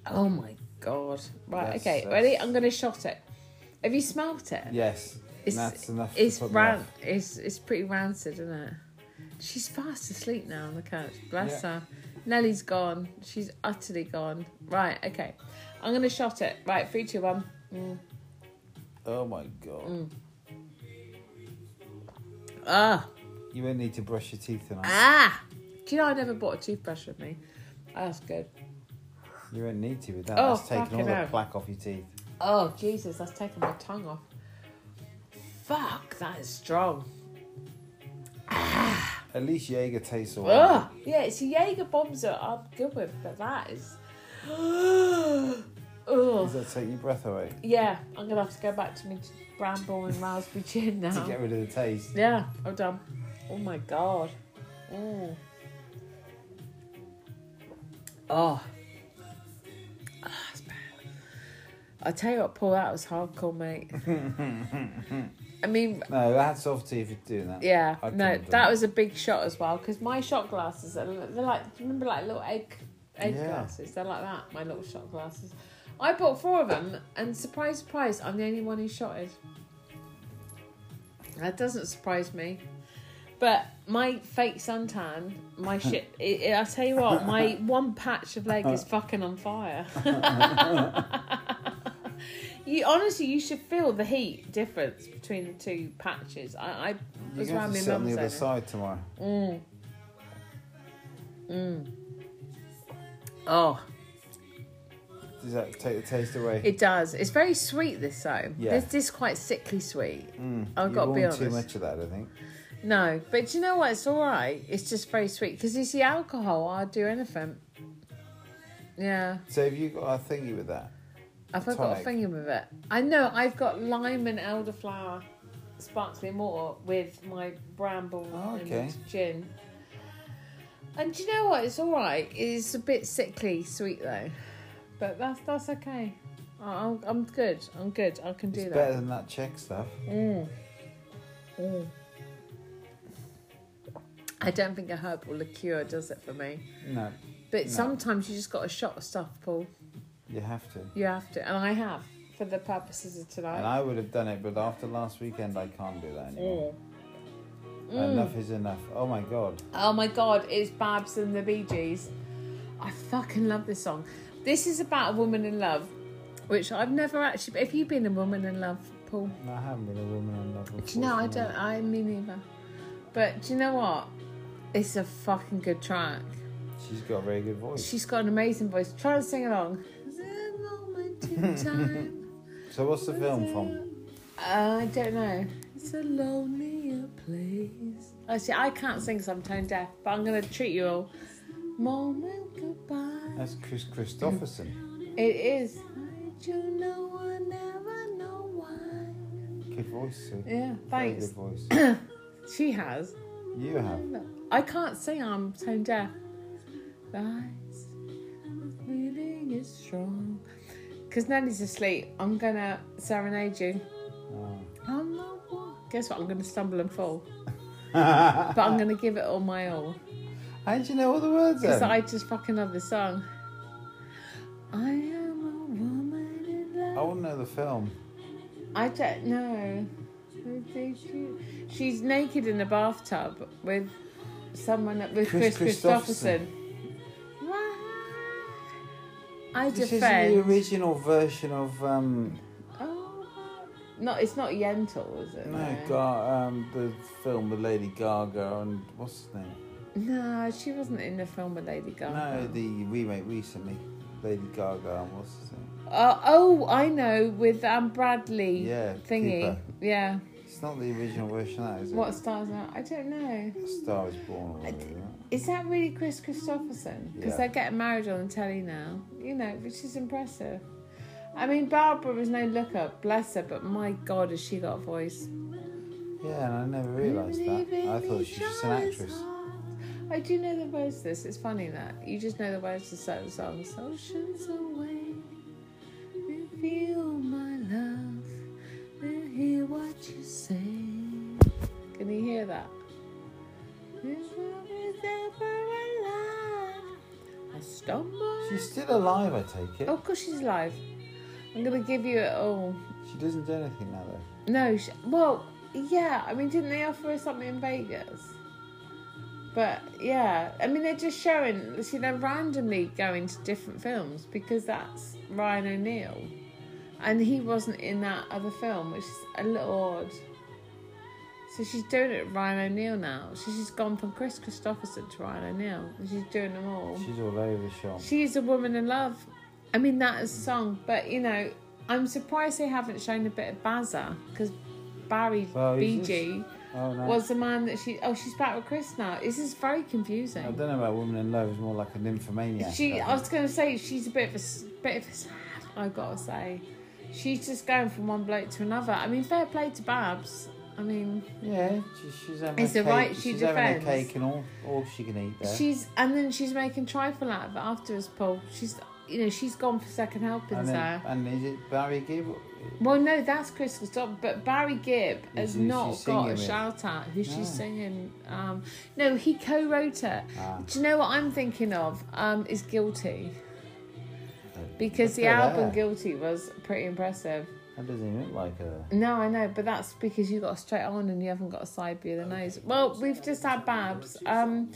Speaker 1: Oh my god. Right,
Speaker 3: That's-
Speaker 1: okay,
Speaker 3: that's-
Speaker 1: ready? I'm going to shot it. Have you smelt it?
Speaker 3: Yes.
Speaker 1: It's-
Speaker 3: that's enough. to
Speaker 1: It's
Speaker 3: put me
Speaker 1: ran-
Speaker 3: off.
Speaker 1: it's it's pretty rancid, isn't it? She's fast asleep now on the couch. Bless her. Nellie's gone. She's utterly gone. Right, okay. I'm gonna shot it. Right, three, two, one. Mm.
Speaker 3: Oh my god.
Speaker 1: Ah,
Speaker 3: You won't need to brush your teeth tonight.
Speaker 1: ah. Do you know I never bought a toothbrush with me? That's good.
Speaker 3: You won't need to with that.
Speaker 1: Oh,
Speaker 3: That's taking all
Speaker 1: fucking
Speaker 3: the
Speaker 1: hell.
Speaker 3: plaque off your teeth.
Speaker 1: Oh Jesus, that's taken my tongue off. Fuck, that is strong.
Speaker 3: At least Jaeger tastes all right.
Speaker 1: Ugh. Yeah, so Jaeger bombs are I'm good with, but that is. [GASPS] Ugh.
Speaker 3: Does that take your breath away?
Speaker 1: Yeah, I'm gonna have to go back to my bramble and raspberry gin
Speaker 3: [LAUGHS] To
Speaker 1: now.
Speaker 3: get rid of the taste.
Speaker 1: Yeah, I'm done. Oh my god. Mm. Oh. Ah, it's bad. I tell you what, Paul, that was hardcore,
Speaker 3: [LAUGHS]
Speaker 1: mate. I mean,
Speaker 3: No, that's off to you if you're doing that.
Speaker 1: yeah,
Speaker 3: I couldn't
Speaker 1: no,
Speaker 3: have done
Speaker 1: that was a big shot as well because my shot glasses are they're like, do you remember like little egg egg
Speaker 3: Yeah.
Speaker 1: glasses? They're like that. My little shot glasses. I bought four of them, and surprise, surprise, I'm the only one who shotted. That doesn't surprise me, but my fake suntan, my shit.
Speaker 3: [LAUGHS]
Speaker 1: It, it, I tell you what, my one patch of leg is fucking on fire. [LAUGHS] You honestly, you should feel the heat difference between the two patches. I, I
Speaker 3: You're
Speaker 1: was
Speaker 3: going to
Speaker 1: around
Speaker 3: have
Speaker 1: my
Speaker 3: to sit on
Speaker 1: mum's
Speaker 3: the other
Speaker 1: earlier.
Speaker 3: side tomorrow.
Speaker 1: Mm. Mm. Oh.
Speaker 3: does that take the taste away?
Speaker 1: It does. It's very sweet, this though.
Speaker 3: Yeah.
Speaker 1: This, this is quite sickly sweet.
Speaker 3: Mm,
Speaker 1: I've
Speaker 3: you
Speaker 1: got to be
Speaker 3: want too
Speaker 1: honest.
Speaker 3: much of that, I think.
Speaker 1: No, but do you know what? It's all right. It's just very sweet. Because you see, alcohol, I'd do anything. Yeah.
Speaker 3: So have you got a thingy with that?
Speaker 1: I've got a
Speaker 3: Tonic.
Speaker 1: finger with it. I know. I've got lime and elderflower sparkling water with my bramble
Speaker 3: Oh, okay.
Speaker 1: and gin. And do you know what? It's all right. It's a bit sickly sweet though, but that's that's okay. I- I'm, I'm good. I'm good. I can do
Speaker 3: It's
Speaker 1: that.
Speaker 3: better than that Czech stuff.
Speaker 1: Mm. Mm. I don't think a herbal liqueur does it for me.
Speaker 3: No,
Speaker 1: But
Speaker 3: No.
Speaker 1: sometimes you just got a shot of stuff, Paul.
Speaker 3: you have to.
Speaker 1: You have to, and I have for the purposes of tonight.
Speaker 3: And I would have done it, but after last weekend, I can't do that
Speaker 1: Mm.
Speaker 3: anymore. Enough is enough. Oh my god.
Speaker 1: Oh my god, it's Babs and the Bee Gees. I fucking love this song. This is about a woman in love, which I've never actually. Have you been a woman in love, Paul?
Speaker 3: No, I haven't been a woman in love before.
Speaker 1: Do you know, I don't. I me neither. But do you know what? It's a fucking good track.
Speaker 3: She's got a very good voice.
Speaker 1: She's got an amazing voice. Try to sing along. The moment in time.
Speaker 3: So what's the film from?
Speaker 1: I don't know. It's a lonelier place. I see. I can't sing because I'm tone deaf, but I'm gonna treat you all. Moment goodbye.
Speaker 3: That's Chris Christopherson.
Speaker 1: It is. How'd You know I never know why.
Speaker 3: Good voice. Sue.
Speaker 1: Yeah,
Speaker 3: Very
Speaker 1: thanks.
Speaker 3: good voice.
Speaker 1: She has.
Speaker 3: You have.
Speaker 1: I can't sing. I'm tone deaf. Lies. the Feeling is strong. Because Nanny's asleep. I'm gonna serenade you.
Speaker 3: Oh.
Speaker 1: I'm not one- Guess what? I'm gonna stumble and fall. But I'm gonna give it all my all.
Speaker 3: How do you know all the words
Speaker 1: Because
Speaker 3: then?
Speaker 1: I just fucking love this song. I am a woman in love.
Speaker 3: I want to know the film.
Speaker 1: I don't know. I think she- She's naked in a bathtub with someone with Chris,
Speaker 3: Chris
Speaker 1: Christopherson.
Speaker 3: Christopherson.
Speaker 1: I
Speaker 3: This is the
Speaker 1: defend.
Speaker 3: original version of um.
Speaker 1: Oh, no, it's not Yentl, is it?
Speaker 3: No, Gar- um, the film with Lady Gaga and what's his name?
Speaker 1: No, she wasn't in the film with Lady Gaga.
Speaker 3: No, the remake recently. Lady Gaga and what's his name?
Speaker 1: Uh, oh, I know, with um, Bradley
Speaker 3: Yeah,
Speaker 1: thingy.
Speaker 3: Cooper.
Speaker 1: Yeah.
Speaker 3: It's not the original version, of that is it?
Speaker 1: What stars are? I don't know.
Speaker 3: A Star is Born. Or whatever, isn't it?
Speaker 1: Is that really Chris Christopherson? Because
Speaker 3: Yeah.
Speaker 1: they're getting married on the telly now, you know, which is impressive. I mean, Barbara was no looker, bless her, but my God, has she got a voice?
Speaker 3: Yeah, and I never realised that. I thought she was just an actress.
Speaker 1: I do know the words to this. It's funny that you just know the words to certain songs. Oceans away, reveal my love, and hear what you say. Can you hear that? If I was ever alive, I stumble.
Speaker 3: She's still alive, I take it.
Speaker 1: Oh, of course she's alive. I'm gonna give you oh, it all.
Speaker 3: She doesn't do anything now, though.
Speaker 1: No, sh well, yeah. I mean, didn't they offer her something in Vegas? But yeah, I mean, they're just showing. See, they're randomly going to different films because that's Ryan O'Neill, and he wasn't in that other film, which is a little odd. So she's doing it with Ryan O'Neill now. So she's gone from Chris Christopherson to Ryan O'Neill, and she's doing them all.
Speaker 3: She's all over the shop.
Speaker 1: She's a woman in love. I mean, that is a song, but you know, I'm surprised they haven't shown a bit of Baza because Barry
Speaker 3: Well, he's
Speaker 1: BG
Speaker 3: Oh no.
Speaker 1: was the man that she. Oh, she's back with Chris now. This is very
Speaker 3: I
Speaker 1: confusing.
Speaker 3: don't know about women in love. It's more like a nymphomaniac.
Speaker 1: she,
Speaker 3: I
Speaker 1: I
Speaker 3: think.
Speaker 1: was going to say, she's a bit of a s- bit of a sad. I gotta say, she's just going from one bloke to another. I mean, fair play to Babs. I mean,
Speaker 3: Yeah, she, she's having
Speaker 1: It's
Speaker 3: a
Speaker 1: the
Speaker 3: cake.
Speaker 1: right she
Speaker 3: she's having
Speaker 1: defends.
Speaker 3: a cake and all, all she can eat there.
Speaker 1: she's and then she's making trifle out of it afterwards. Paul, she's you know she's gone for second helpings
Speaker 3: and,
Speaker 1: there.
Speaker 3: then, and is it Barry Gibb?
Speaker 1: Well, no, that's Chris Christopher, but Barry Gibb has
Speaker 3: who she's
Speaker 1: not
Speaker 3: singing
Speaker 1: got a
Speaker 3: with.
Speaker 1: shout out who
Speaker 3: No.
Speaker 1: she's singing. Um, no, he co wrote it.
Speaker 3: Ah.
Speaker 1: Do you know what I'm thinking of? Um, is Guilty. Because the
Speaker 3: Look at
Speaker 1: album
Speaker 3: that.
Speaker 1: Guilty was pretty impressive.
Speaker 3: That doesn't even look like her.
Speaker 1: No, I know, but that's because you got a straight on and you haven't got a side view of the nose. Well, we've just had Babs. Um,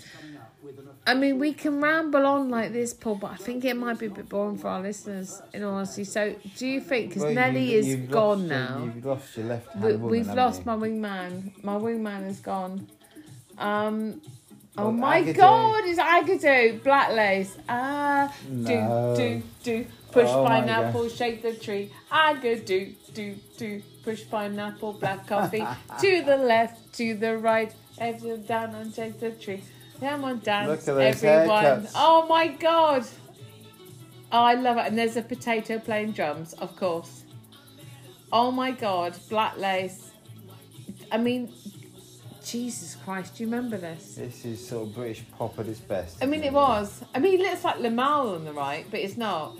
Speaker 1: I mean, we can ramble on like this, Paul, but I think it might be a bit boring for our listeners, in all honesty. So, do you think, because
Speaker 3: Well, you-
Speaker 1: Nelly is
Speaker 3: you've
Speaker 1: gone
Speaker 3: lost your-
Speaker 1: now.
Speaker 3: You've lost your left hand
Speaker 1: We,
Speaker 3: woman.
Speaker 1: we've
Speaker 3: haven't
Speaker 1: lost
Speaker 3: you?
Speaker 1: my wingman. My wingman is gone. Um. Oh
Speaker 3: Oh,
Speaker 1: my
Speaker 3: Agadoo.
Speaker 1: God! It's Agadoo, Black Lace. Ah,
Speaker 3: No.
Speaker 1: do do do. Push
Speaker 3: Oh my
Speaker 1: pineapple, shake the tree. I go do, do, do. Push pineapple, black
Speaker 3: [LAUGHS]
Speaker 1: coffee. to the left, to the right. Everyone down and shake the tree. Come on, dance,
Speaker 3: Look at those
Speaker 1: everyone.
Speaker 3: haircuts.
Speaker 1: Oh my god. Oh, I love it. And there's a potato playing drums, of course. Oh my god, black lace. I mean, Jesus Christ, do you remember this?
Speaker 3: This is sort of British pop at its best.
Speaker 1: I mean, it
Speaker 3: isn't
Speaker 1: was. I mean, it looks like Lamal on the right, but it's not.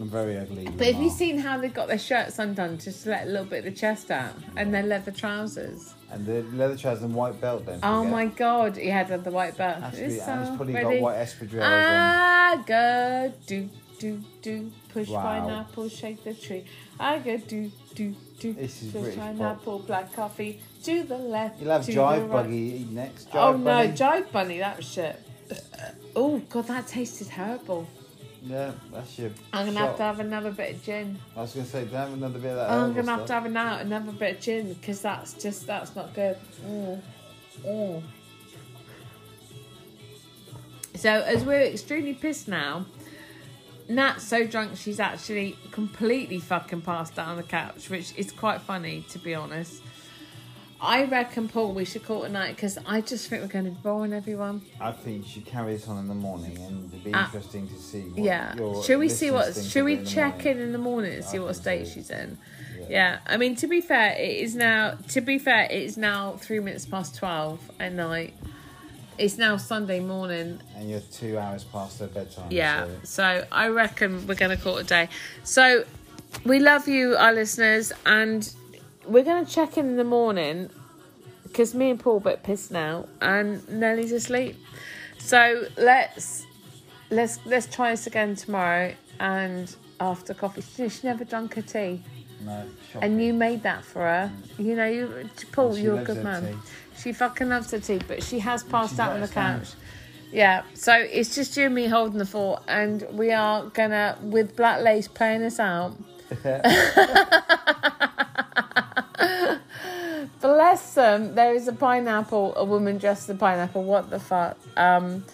Speaker 3: I'm very ugly.
Speaker 1: But have you
Speaker 3: Lamar.
Speaker 1: seen how they've got their shirts undone just to let a little bit of the chest out and their leather trousers?
Speaker 3: And the leather trousers and white belt then.
Speaker 1: Oh my god, he had the white belt.
Speaker 3: Actually,
Speaker 1: It's
Speaker 3: Anne's
Speaker 1: so
Speaker 3: probably
Speaker 1: pretty.
Speaker 3: got white espadrilles on.
Speaker 1: I go do do do push
Speaker 3: Wow.
Speaker 1: pineapple, shake the tree. I go do do do
Speaker 3: This is
Speaker 1: push
Speaker 3: British pop.
Speaker 1: pineapple, black coffee to the left.
Speaker 3: You'll have
Speaker 1: to the
Speaker 3: Jive
Speaker 1: right.
Speaker 3: Buggy next. Jive
Speaker 1: oh
Speaker 3: Buggy.
Speaker 1: no, jive bunny, that was shit. Oh god, that tasted horrible.
Speaker 3: Yeah, that's your.
Speaker 1: I'm gonna have
Speaker 3: shot.
Speaker 1: to have another bit of gin.
Speaker 3: I was gonna say, do have another bit of that.
Speaker 1: I'm
Speaker 3: herbal
Speaker 1: gonna have to
Speaker 3: stuff.
Speaker 1: have an out another bit of gin because that's just that's not good. Mm. Mm. So as we're extremely pissed now, Nat's so drunk she's actually completely fucking passed out on the couch, which is quite funny to be honest. I reckon, Paul, we should call it a night because I just think we're going to be boring everyone.
Speaker 3: I think you should carry this on in the morning, and it'd be
Speaker 1: Ah.
Speaker 3: interesting to see. What
Speaker 1: yeah.
Speaker 3: your
Speaker 1: Should we see
Speaker 3: listeners
Speaker 1: what?
Speaker 3: think
Speaker 1: Should
Speaker 3: of it
Speaker 1: we
Speaker 3: in the
Speaker 1: check
Speaker 3: morning.
Speaker 1: in in the morning and
Speaker 3: I
Speaker 1: see what
Speaker 3: think
Speaker 1: state
Speaker 3: so.
Speaker 1: she's in?
Speaker 3: Yeah.
Speaker 1: Yeah, I mean to be fair, it is now. To be fair, it is now three minutes past twelve at night. It's now Sunday morning.
Speaker 3: And you're two hours past their bedtime.
Speaker 1: Yeah,
Speaker 3: so-
Speaker 1: so I reckon we're going to call it a day. So we love you, our listeners, and we're going to check in in the morning because me and Paul are a bit pissed now, and Nelly's asleep. So let's let's let's try this again tomorrow and after coffee. She, she never drank her tea.
Speaker 3: No,
Speaker 1: And
Speaker 3: shocking.
Speaker 1: you made that for her. You know, you Paul,
Speaker 3: She
Speaker 1: you're a
Speaker 3: loves
Speaker 1: good
Speaker 3: her
Speaker 1: man.
Speaker 3: tea.
Speaker 1: She fucking loves her tea, but she has passed
Speaker 3: She
Speaker 1: out on the
Speaker 3: passed out.
Speaker 1: couch. Yeah, so it's just you and me holding the fort, and we are gonna with Black Lace playing us out. Bless them. There is a pineapple, a woman dressed as a pineapple. What the fuck? Um,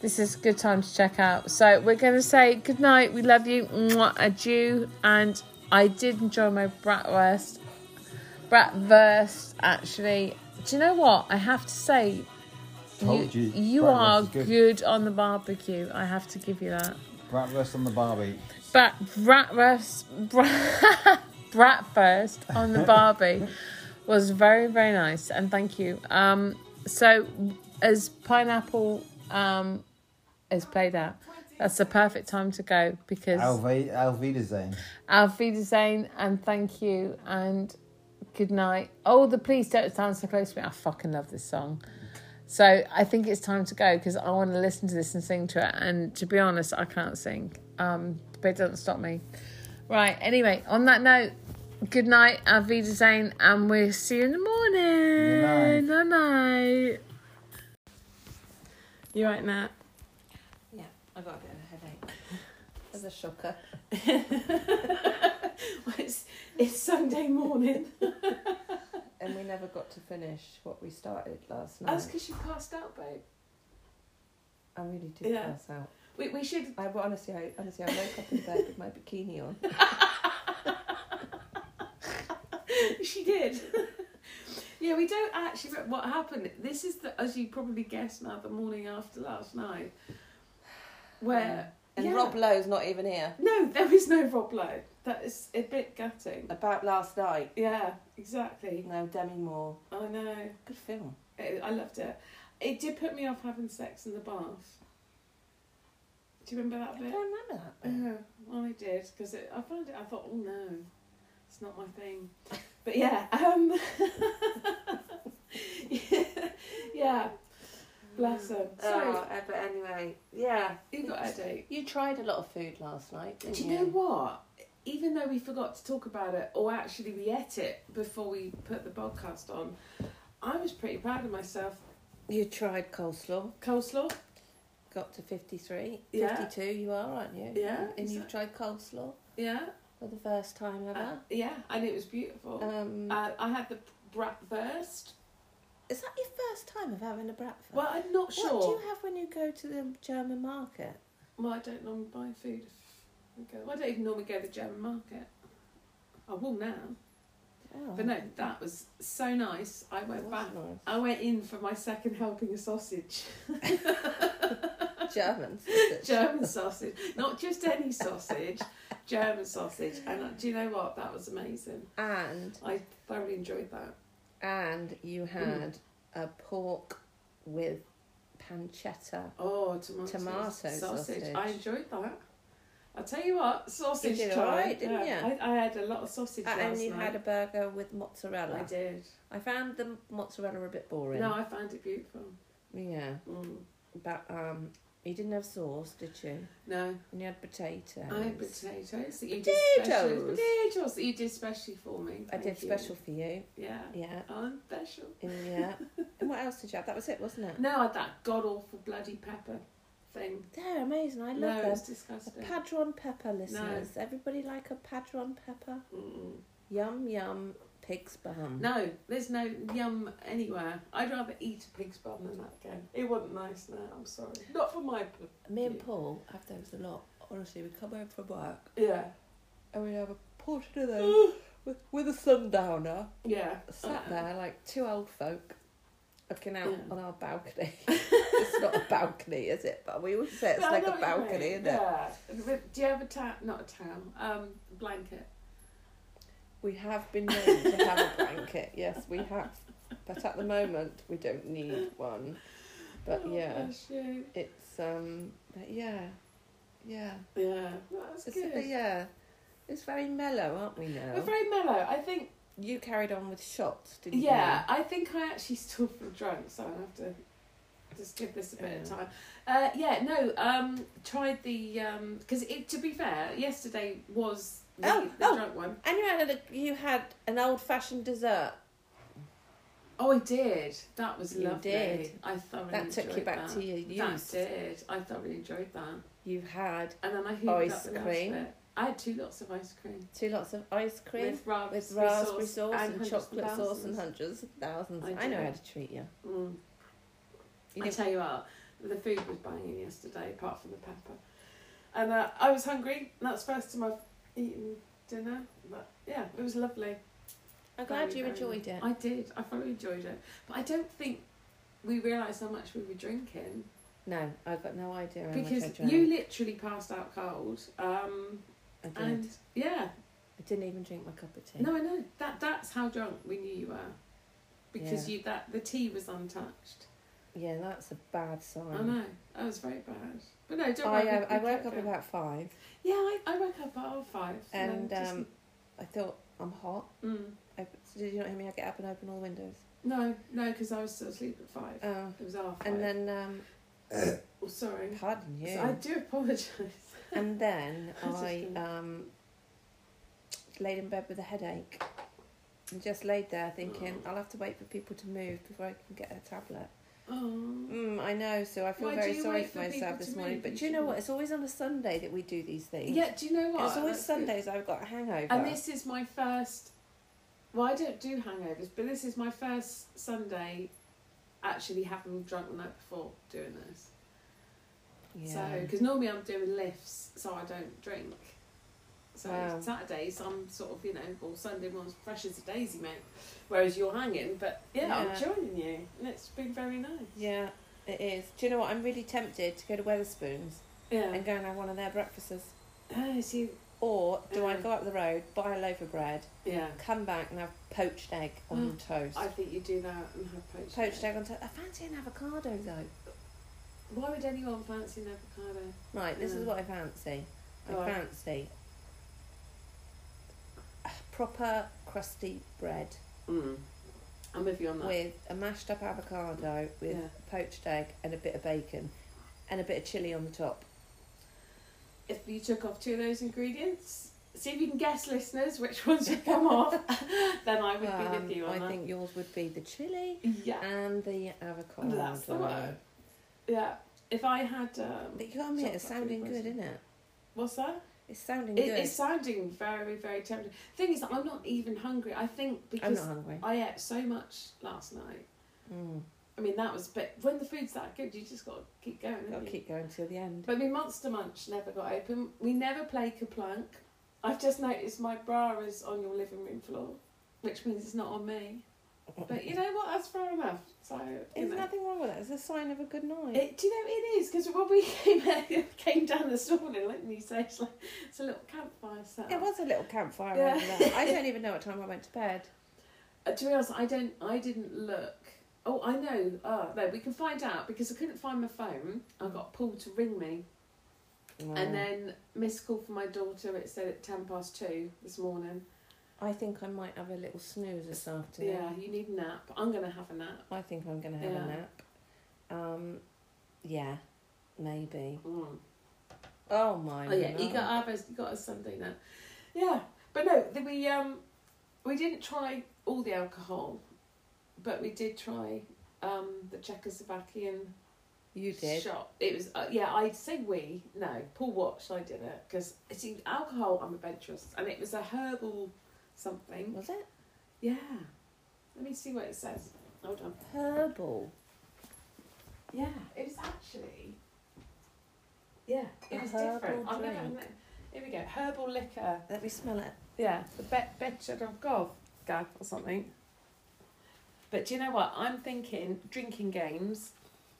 Speaker 1: this is a good time to check out. So we're going to say good night. We love you. Mwah, adieu. And I did enjoy my bratwurst. Bratwurst, actually. Do you know what? I have to say,
Speaker 3: Told you,
Speaker 1: you
Speaker 3: bratwurst
Speaker 1: are
Speaker 3: is
Speaker 1: good.
Speaker 3: good.
Speaker 1: on the barbecue. I have to give you that.
Speaker 3: Bratwurst on the Barbie.
Speaker 1: But bratwurst, brat, [LAUGHS] bratwurst on the Barbie was very, very nice. And thank you. Um, so as pineapple um, is played out, that's the perfect time to go because
Speaker 3: Alve- Alvida Zane.
Speaker 1: Auf Wiedersehen and thank you and good night. Oh, the Please Don't Stand So Close to Me. I fucking love this song. So I think it's time to go because I want to listen to this and sing to it. And to be honest, I can't sing, um, but it doesn't stop me. Right, anyway, on that note, good night, Auf Wiedersehen, and we'll see you in the morning. Good night. You right,
Speaker 5: [LAUGHS]
Speaker 1: Nat?
Speaker 5: Yeah, I got a bit of a headache. [LAUGHS] As a shocker. it's, it's Sunday morning. and we never got to finish what we started last night.
Speaker 1: because you passed out, babe.
Speaker 5: I really did
Speaker 1: Yeah.
Speaker 5: pass out.
Speaker 1: We, we should. [LAUGHS]
Speaker 5: I well, honestly, I honestly, I woke up in bed with my bikini on.
Speaker 1: she did. [LAUGHS] yeah, we don't actually. What happened? This is the, as you probably guessed now, the morning after last night, where
Speaker 5: And
Speaker 1: Yeah.
Speaker 5: Rob Lowe's not even here.
Speaker 1: no, there is no Rob Lowe. That is a bit gutting.
Speaker 5: About last night.
Speaker 1: Yeah, exactly.
Speaker 5: No, Demi Moore.
Speaker 1: I know.
Speaker 5: Good film.
Speaker 1: It, I loved it. It did put me off having sex in the bath. Do you remember that
Speaker 5: I
Speaker 1: bit?
Speaker 5: don't remember
Speaker 1: [LAUGHS]
Speaker 5: that. bit.
Speaker 1: Oh, I did because I found it. I thought, oh no, it's not my thing. But yeah, um, [LAUGHS] yeah, bless her. Sorry,
Speaker 5: Oh, uh, but anyway, yeah.
Speaker 1: you got a headache.
Speaker 5: You tried a lot of food last night, didn't
Speaker 1: Do you know what? Even though we forgot to talk about it, or actually we ate it before we put the podcast on, I was pretty proud of myself.
Speaker 5: You tried coleslaw.
Speaker 1: Coleslaw,
Speaker 5: Got to 53.
Speaker 1: Yeah.
Speaker 5: 52 you are, aren't you?
Speaker 1: Yeah,
Speaker 5: And you've
Speaker 1: exact-
Speaker 5: tried coleslaw
Speaker 1: yeah,
Speaker 5: for the first time
Speaker 1: uh,
Speaker 5: ever.
Speaker 1: yeah, and it was beautiful.
Speaker 5: um,
Speaker 1: uh, I had the bratwurst.
Speaker 5: is that your first time of having a breakfast?
Speaker 1: Well, I'm not
Speaker 5: what
Speaker 1: sure.
Speaker 5: do you have when you go to the German market?
Speaker 1: Well, I don't normally buy food. I go, "Well, I don't even normally go to the German market. I will now.
Speaker 5: Oh,
Speaker 1: But no, that was so nice. I went back.
Speaker 5: that's nice.
Speaker 1: I went in for my second helping of
Speaker 5: [LAUGHS]
Speaker 1: sausage. [LAUGHS]
Speaker 5: German. sausage.
Speaker 1: German sausage. Not just any sausage, German sausage. And uh, do you know what? That was amazing.
Speaker 5: and
Speaker 1: I thoroughly enjoyed that.
Speaker 5: and
Speaker 2: Mm.
Speaker 5: you had a pork with pancetta.
Speaker 1: Oh, tomato,
Speaker 5: Tomato sausage.
Speaker 1: I enjoyed that. I'll tell you what, sausage
Speaker 5: did
Speaker 1: time.
Speaker 5: all right, didn't
Speaker 1: yeah,
Speaker 5: you?
Speaker 1: I, I had a lot of sausage last
Speaker 5: and you
Speaker 1: night.
Speaker 5: had a burger with mozzarella.
Speaker 1: I did.
Speaker 5: I found the mozzarella a bit boring.
Speaker 1: No, I found it beautiful.
Speaker 5: Yeah,
Speaker 1: Mm.
Speaker 5: but um, you didn't have sauce, did you?
Speaker 1: No,
Speaker 5: And you had potatoes.
Speaker 1: I had potatoes that you did specially.
Speaker 5: Potatoes.
Speaker 1: Potatoes that you did specially for me.
Speaker 5: I
Speaker 1: Thank
Speaker 5: did
Speaker 1: you.
Speaker 5: special for you.
Speaker 1: Yeah, [LAUGHS]
Speaker 5: Yeah,
Speaker 1: I'm special.
Speaker 5: and yeah. and what else did you have? That was it, wasn't it?
Speaker 1: No, I had that god awful bloody pepper thing.
Speaker 5: They're amazing. I
Speaker 1: No,
Speaker 5: love
Speaker 1: it's
Speaker 5: them. A
Speaker 1: disgusting.
Speaker 5: padron pepper, listeners. Everybody like a padron pepper?
Speaker 1: Mm.
Speaker 5: Yum yum, pig's bum.
Speaker 1: No, there's no yum anywhere. I'd rather eat a pig's bum than that again. It wasn't nice. No, I'm sorry. Not for my.
Speaker 5: Me and
Speaker 1: Yeah.
Speaker 5: Paul have those a lot. Honestly, we come home from work
Speaker 1: Yeah,
Speaker 5: and we have a portion of those with, with a sundowner.
Speaker 1: yeah. Uh-uh.
Speaker 5: Sat there like two old folk looking out
Speaker 1: Yeah.
Speaker 5: on our
Speaker 1: [LAUGHS]
Speaker 5: balcony. it's not a balcony, is it? But we always say it's
Speaker 1: No, I
Speaker 5: like
Speaker 1: know
Speaker 5: a
Speaker 1: what you
Speaker 5: balcony,
Speaker 1: mean.
Speaker 5: isn't it?
Speaker 1: Yeah. But Do you have a towel? Not a towel. Um, blanket.
Speaker 5: We have been known to have a blanket. Yes, we have. But at the moment, we don't need one. But
Speaker 1: Oh,
Speaker 5: yeah,
Speaker 1: bless you.
Speaker 5: it's um, but yeah, yeah.
Speaker 1: Yeah. That's
Speaker 5: It's,
Speaker 1: good.
Speaker 5: yeah, it's very mellow, aren't we now?
Speaker 1: We're very mellow. I think.
Speaker 5: You carried on with shots, didn't you?
Speaker 1: Yeah, I think I actually still feel drunk, so I will have to just give this a bit of time. Uh, yeah, no. Um, tried the um, because it. To be fair, yesterday was the,
Speaker 5: Oh,
Speaker 1: the
Speaker 5: oh.
Speaker 1: drunk one.
Speaker 5: And you had a, you had an old fashioned dessert
Speaker 1: Oh, I did. That was
Speaker 5: You
Speaker 1: lovely.
Speaker 5: did.
Speaker 1: I thoroughly
Speaker 5: that took you
Speaker 1: enjoyed
Speaker 5: back
Speaker 1: that.
Speaker 5: to your
Speaker 1: That
Speaker 5: youth.
Speaker 1: did. I thoroughly enjoyed that.
Speaker 5: You had
Speaker 1: And then I heaped
Speaker 5: Ice
Speaker 1: up the last
Speaker 5: cream.
Speaker 1: bit. I had two lots of ice cream.
Speaker 5: two lots of ice cream
Speaker 1: With, raspberry
Speaker 5: with, raspberry
Speaker 1: sauce,
Speaker 5: sauce and,
Speaker 1: hundreds of
Speaker 5: chocolate sauce and
Speaker 1: thousands.
Speaker 5: hundreds of thousands.
Speaker 1: I
Speaker 5: I, know
Speaker 1: did.
Speaker 5: how to treat you.
Speaker 1: Mm.
Speaker 5: You
Speaker 1: I
Speaker 5: didn't-
Speaker 1: tell you what, the food was banging yesterday, apart from the pepper. And uh, I was hungry. and That's the first time I've eaten dinner. But yeah, it was lovely.
Speaker 5: I'm glad
Speaker 1: Very,
Speaker 5: you
Speaker 1: very
Speaker 5: enjoyed
Speaker 1: nice.
Speaker 5: it.
Speaker 1: I did. I thoroughly enjoyed it. But I don't think we realised how much we were drinking
Speaker 5: No, I've got no idea how
Speaker 1: because
Speaker 5: much I drank.
Speaker 1: you literally passed out cold. Um,
Speaker 5: I, did.
Speaker 1: and yeah,
Speaker 5: I didn't even drink my cup of tea.
Speaker 1: no, I know that. That's how drunk we knew you were because
Speaker 5: Yeah.
Speaker 1: you that the tea was untouched.
Speaker 5: Yeah, that's a bad
Speaker 1: I
Speaker 5: sign.
Speaker 1: know that was very bad. But no, don't
Speaker 5: I,
Speaker 1: worry.
Speaker 5: um,
Speaker 1: we-
Speaker 5: I
Speaker 1: we
Speaker 5: woke
Speaker 1: kept
Speaker 5: up
Speaker 1: going.
Speaker 5: about five
Speaker 1: Yeah, I, I woke up at half five.
Speaker 5: and
Speaker 1: then just-
Speaker 5: um, I thought I'm hot.
Speaker 1: mm.
Speaker 5: I, did you not hear me? I get up and open all the windows.
Speaker 1: no, no, because I was still asleep at five.
Speaker 5: Oh,
Speaker 1: it was half. five.
Speaker 5: and then um,
Speaker 1: oh, sorry.
Speaker 5: pardon you.
Speaker 1: So I do [LAUGHS] apologise.
Speaker 2: [LAUGHS]
Speaker 5: and then
Speaker 1: I just
Speaker 5: I
Speaker 1: don't-
Speaker 5: um, laid in bed with a headache and just laid there thinking I'll have to wait for people to move before I can get a tablet.
Speaker 1: Oh,
Speaker 5: Mm, I know, so I feel
Speaker 1: Why do
Speaker 5: very
Speaker 1: you
Speaker 5: sorry
Speaker 1: wait
Speaker 5: for
Speaker 1: for people
Speaker 5: myself this
Speaker 1: to
Speaker 5: morning.
Speaker 1: move?
Speaker 5: But
Speaker 1: You
Speaker 5: do you know
Speaker 1: shouldn't.
Speaker 5: what? It's always on a Sunday that we do these things.
Speaker 1: yeah. Do you know what?
Speaker 5: It's
Speaker 1: That's
Speaker 5: always
Speaker 1: good.
Speaker 5: Sundays I've got a hangover.
Speaker 1: And this is my first. Well, I don't do hangovers, but this is my first Sunday, actually having drunk the night before doing this. So,
Speaker 5: yeah.
Speaker 1: because normally I'm doing lifts, so I don't drink. So
Speaker 5: Wow.
Speaker 1: Saturdays, I'm sort of, you know, or Sunday morning's fresh as a daisy, mate. Whereas you're hanging, but yeah,
Speaker 5: Yeah.
Speaker 1: I'm joining you, and it's been very nice.
Speaker 5: yeah, it is. Do you know what? I'm really tempted to go to Weatherspoons
Speaker 1: Yeah.
Speaker 5: and go and have one of their breakfasts.
Speaker 1: Ah, see,
Speaker 5: Or do I
Speaker 1: Mhm.
Speaker 5: go up the road, buy a loaf of bread,
Speaker 1: yeah.
Speaker 5: come back and have poached egg on toast?
Speaker 1: Mm. I think you do that and have poached.
Speaker 5: Poached
Speaker 1: egg.
Speaker 5: egg on toast. I fancy an avocado though.
Speaker 1: Why would anyone fancy an avocado?
Speaker 5: Right, this is
Speaker 1: Mm.
Speaker 5: what I fancy. I
Speaker 1: Go on.
Speaker 5: fancy a proper crusty bread
Speaker 1: Mm. I'm with you on that.
Speaker 5: with a mashed up avocado with
Speaker 1: Yeah.
Speaker 5: poached egg and a bit of bacon and a bit of chili on the top.
Speaker 1: If you took off two of those ingredients, see if you can guess, listeners, which ones would come off. [LAUGHS] Then I would be
Speaker 5: Um,
Speaker 1: with you on
Speaker 5: I
Speaker 1: that.
Speaker 5: think yours would be the chili
Speaker 1: yeah,
Speaker 5: and the avocado.
Speaker 1: that's the one. Yeah. If I had, um,
Speaker 5: But you got to admit, it's
Speaker 1: Sounds like a
Speaker 5: sounding
Speaker 1: good
Speaker 5: good,
Speaker 1: person.
Speaker 5: isn't it?
Speaker 1: what's that?
Speaker 5: It's sounding
Speaker 1: It,
Speaker 5: good.
Speaker 1: it's sounding very, very tempting. Thing is, that I'm not even hungry. I think
Speaker 5: I'm
Speaker 1: because
Speaker 5: not hungry.
Speaker 1: I ate so much last night
Speaker 5: Mm.
Speaker 1: I mean, that was. But when the food's that good, you just got to keep going. haven't
Speaker 5: Gotta
Speaker 1: you?
Speaker 5: keep going till the end.
Speaker 1: But we Monster Munch never got open. We never play Kaplunk. I've just noticed my bra is on your living room floor, which means it's not on me. But you know what? That's fair enough. So you
Speaker 5: There's
Speaker 1: know.
Speaker 5: nothing wrong with that. It's a sign of a good night.
Speaker 1: It, do you know it is? Because when we [LAUGHS] came came down this morning, like you say, it's like it's a little campfire set.
Speaker 5: It
Speaker 1: up.
Speaker 5: was a little campfire
Speaker 1: Yeah.
Speaker 5: over there. I
Speaker 1: [LAUGHS]
Speaker 5: don't even know what time I went to bed.
Speaker 1: Uh, to be honest, I don't. I didn't look. Oh, I know. Oh, no, we can find out because I couldn't find my phone. I got Paul to ring me,
Speaker 5: Mm.
Speaker 1: and then missed call from my daughter. It said at ten past two this morning.
Speaker 5: I think I might have a little snooze this afternoon.
Speaker 1: Yeah, you need a nap. I'm gonna have a nap.
Speaker 5: I think I'm going to have
Speaker 1: Yeah.
Speaker 5: a nap. Um, yeah, maybe.
Speaker 1: Mm.
Speaker 5: Oh my.
Speaker 1: Oh yeah,
Speaker 5: lord.
Speaker 1: you got ours. You got us Sunday now. Yeah, but no, th- we um we didn't try all the alcohol, but we did try um the Czechoslovakian
Speaker 5: You did.
Speaker 1: shot. It was uh, yeah. I'd say we no. Paul watched. I did it because see alcohol. I'm adventurous, and it was a herbal something.
Speaker 5: Was it
Speaker 1: Yeah. Let me see what it says. Hold on.
Speaker 5: herbal?
Speaker 1: Yeah, it was actually. Yeah, it
Speaker 5: A
Speaker 1: was
Speaker 5: herbal
Speaker 1: different. I'm gonna,
Speaker 5: drink.
Speaker 1: here we go. Herbal liquor.
Speaker 5: Let me smell it.
Speaker 1: Yeah, the bet Bedford of Gov, Gav or something. But do you know what? I'm thinking drinking games.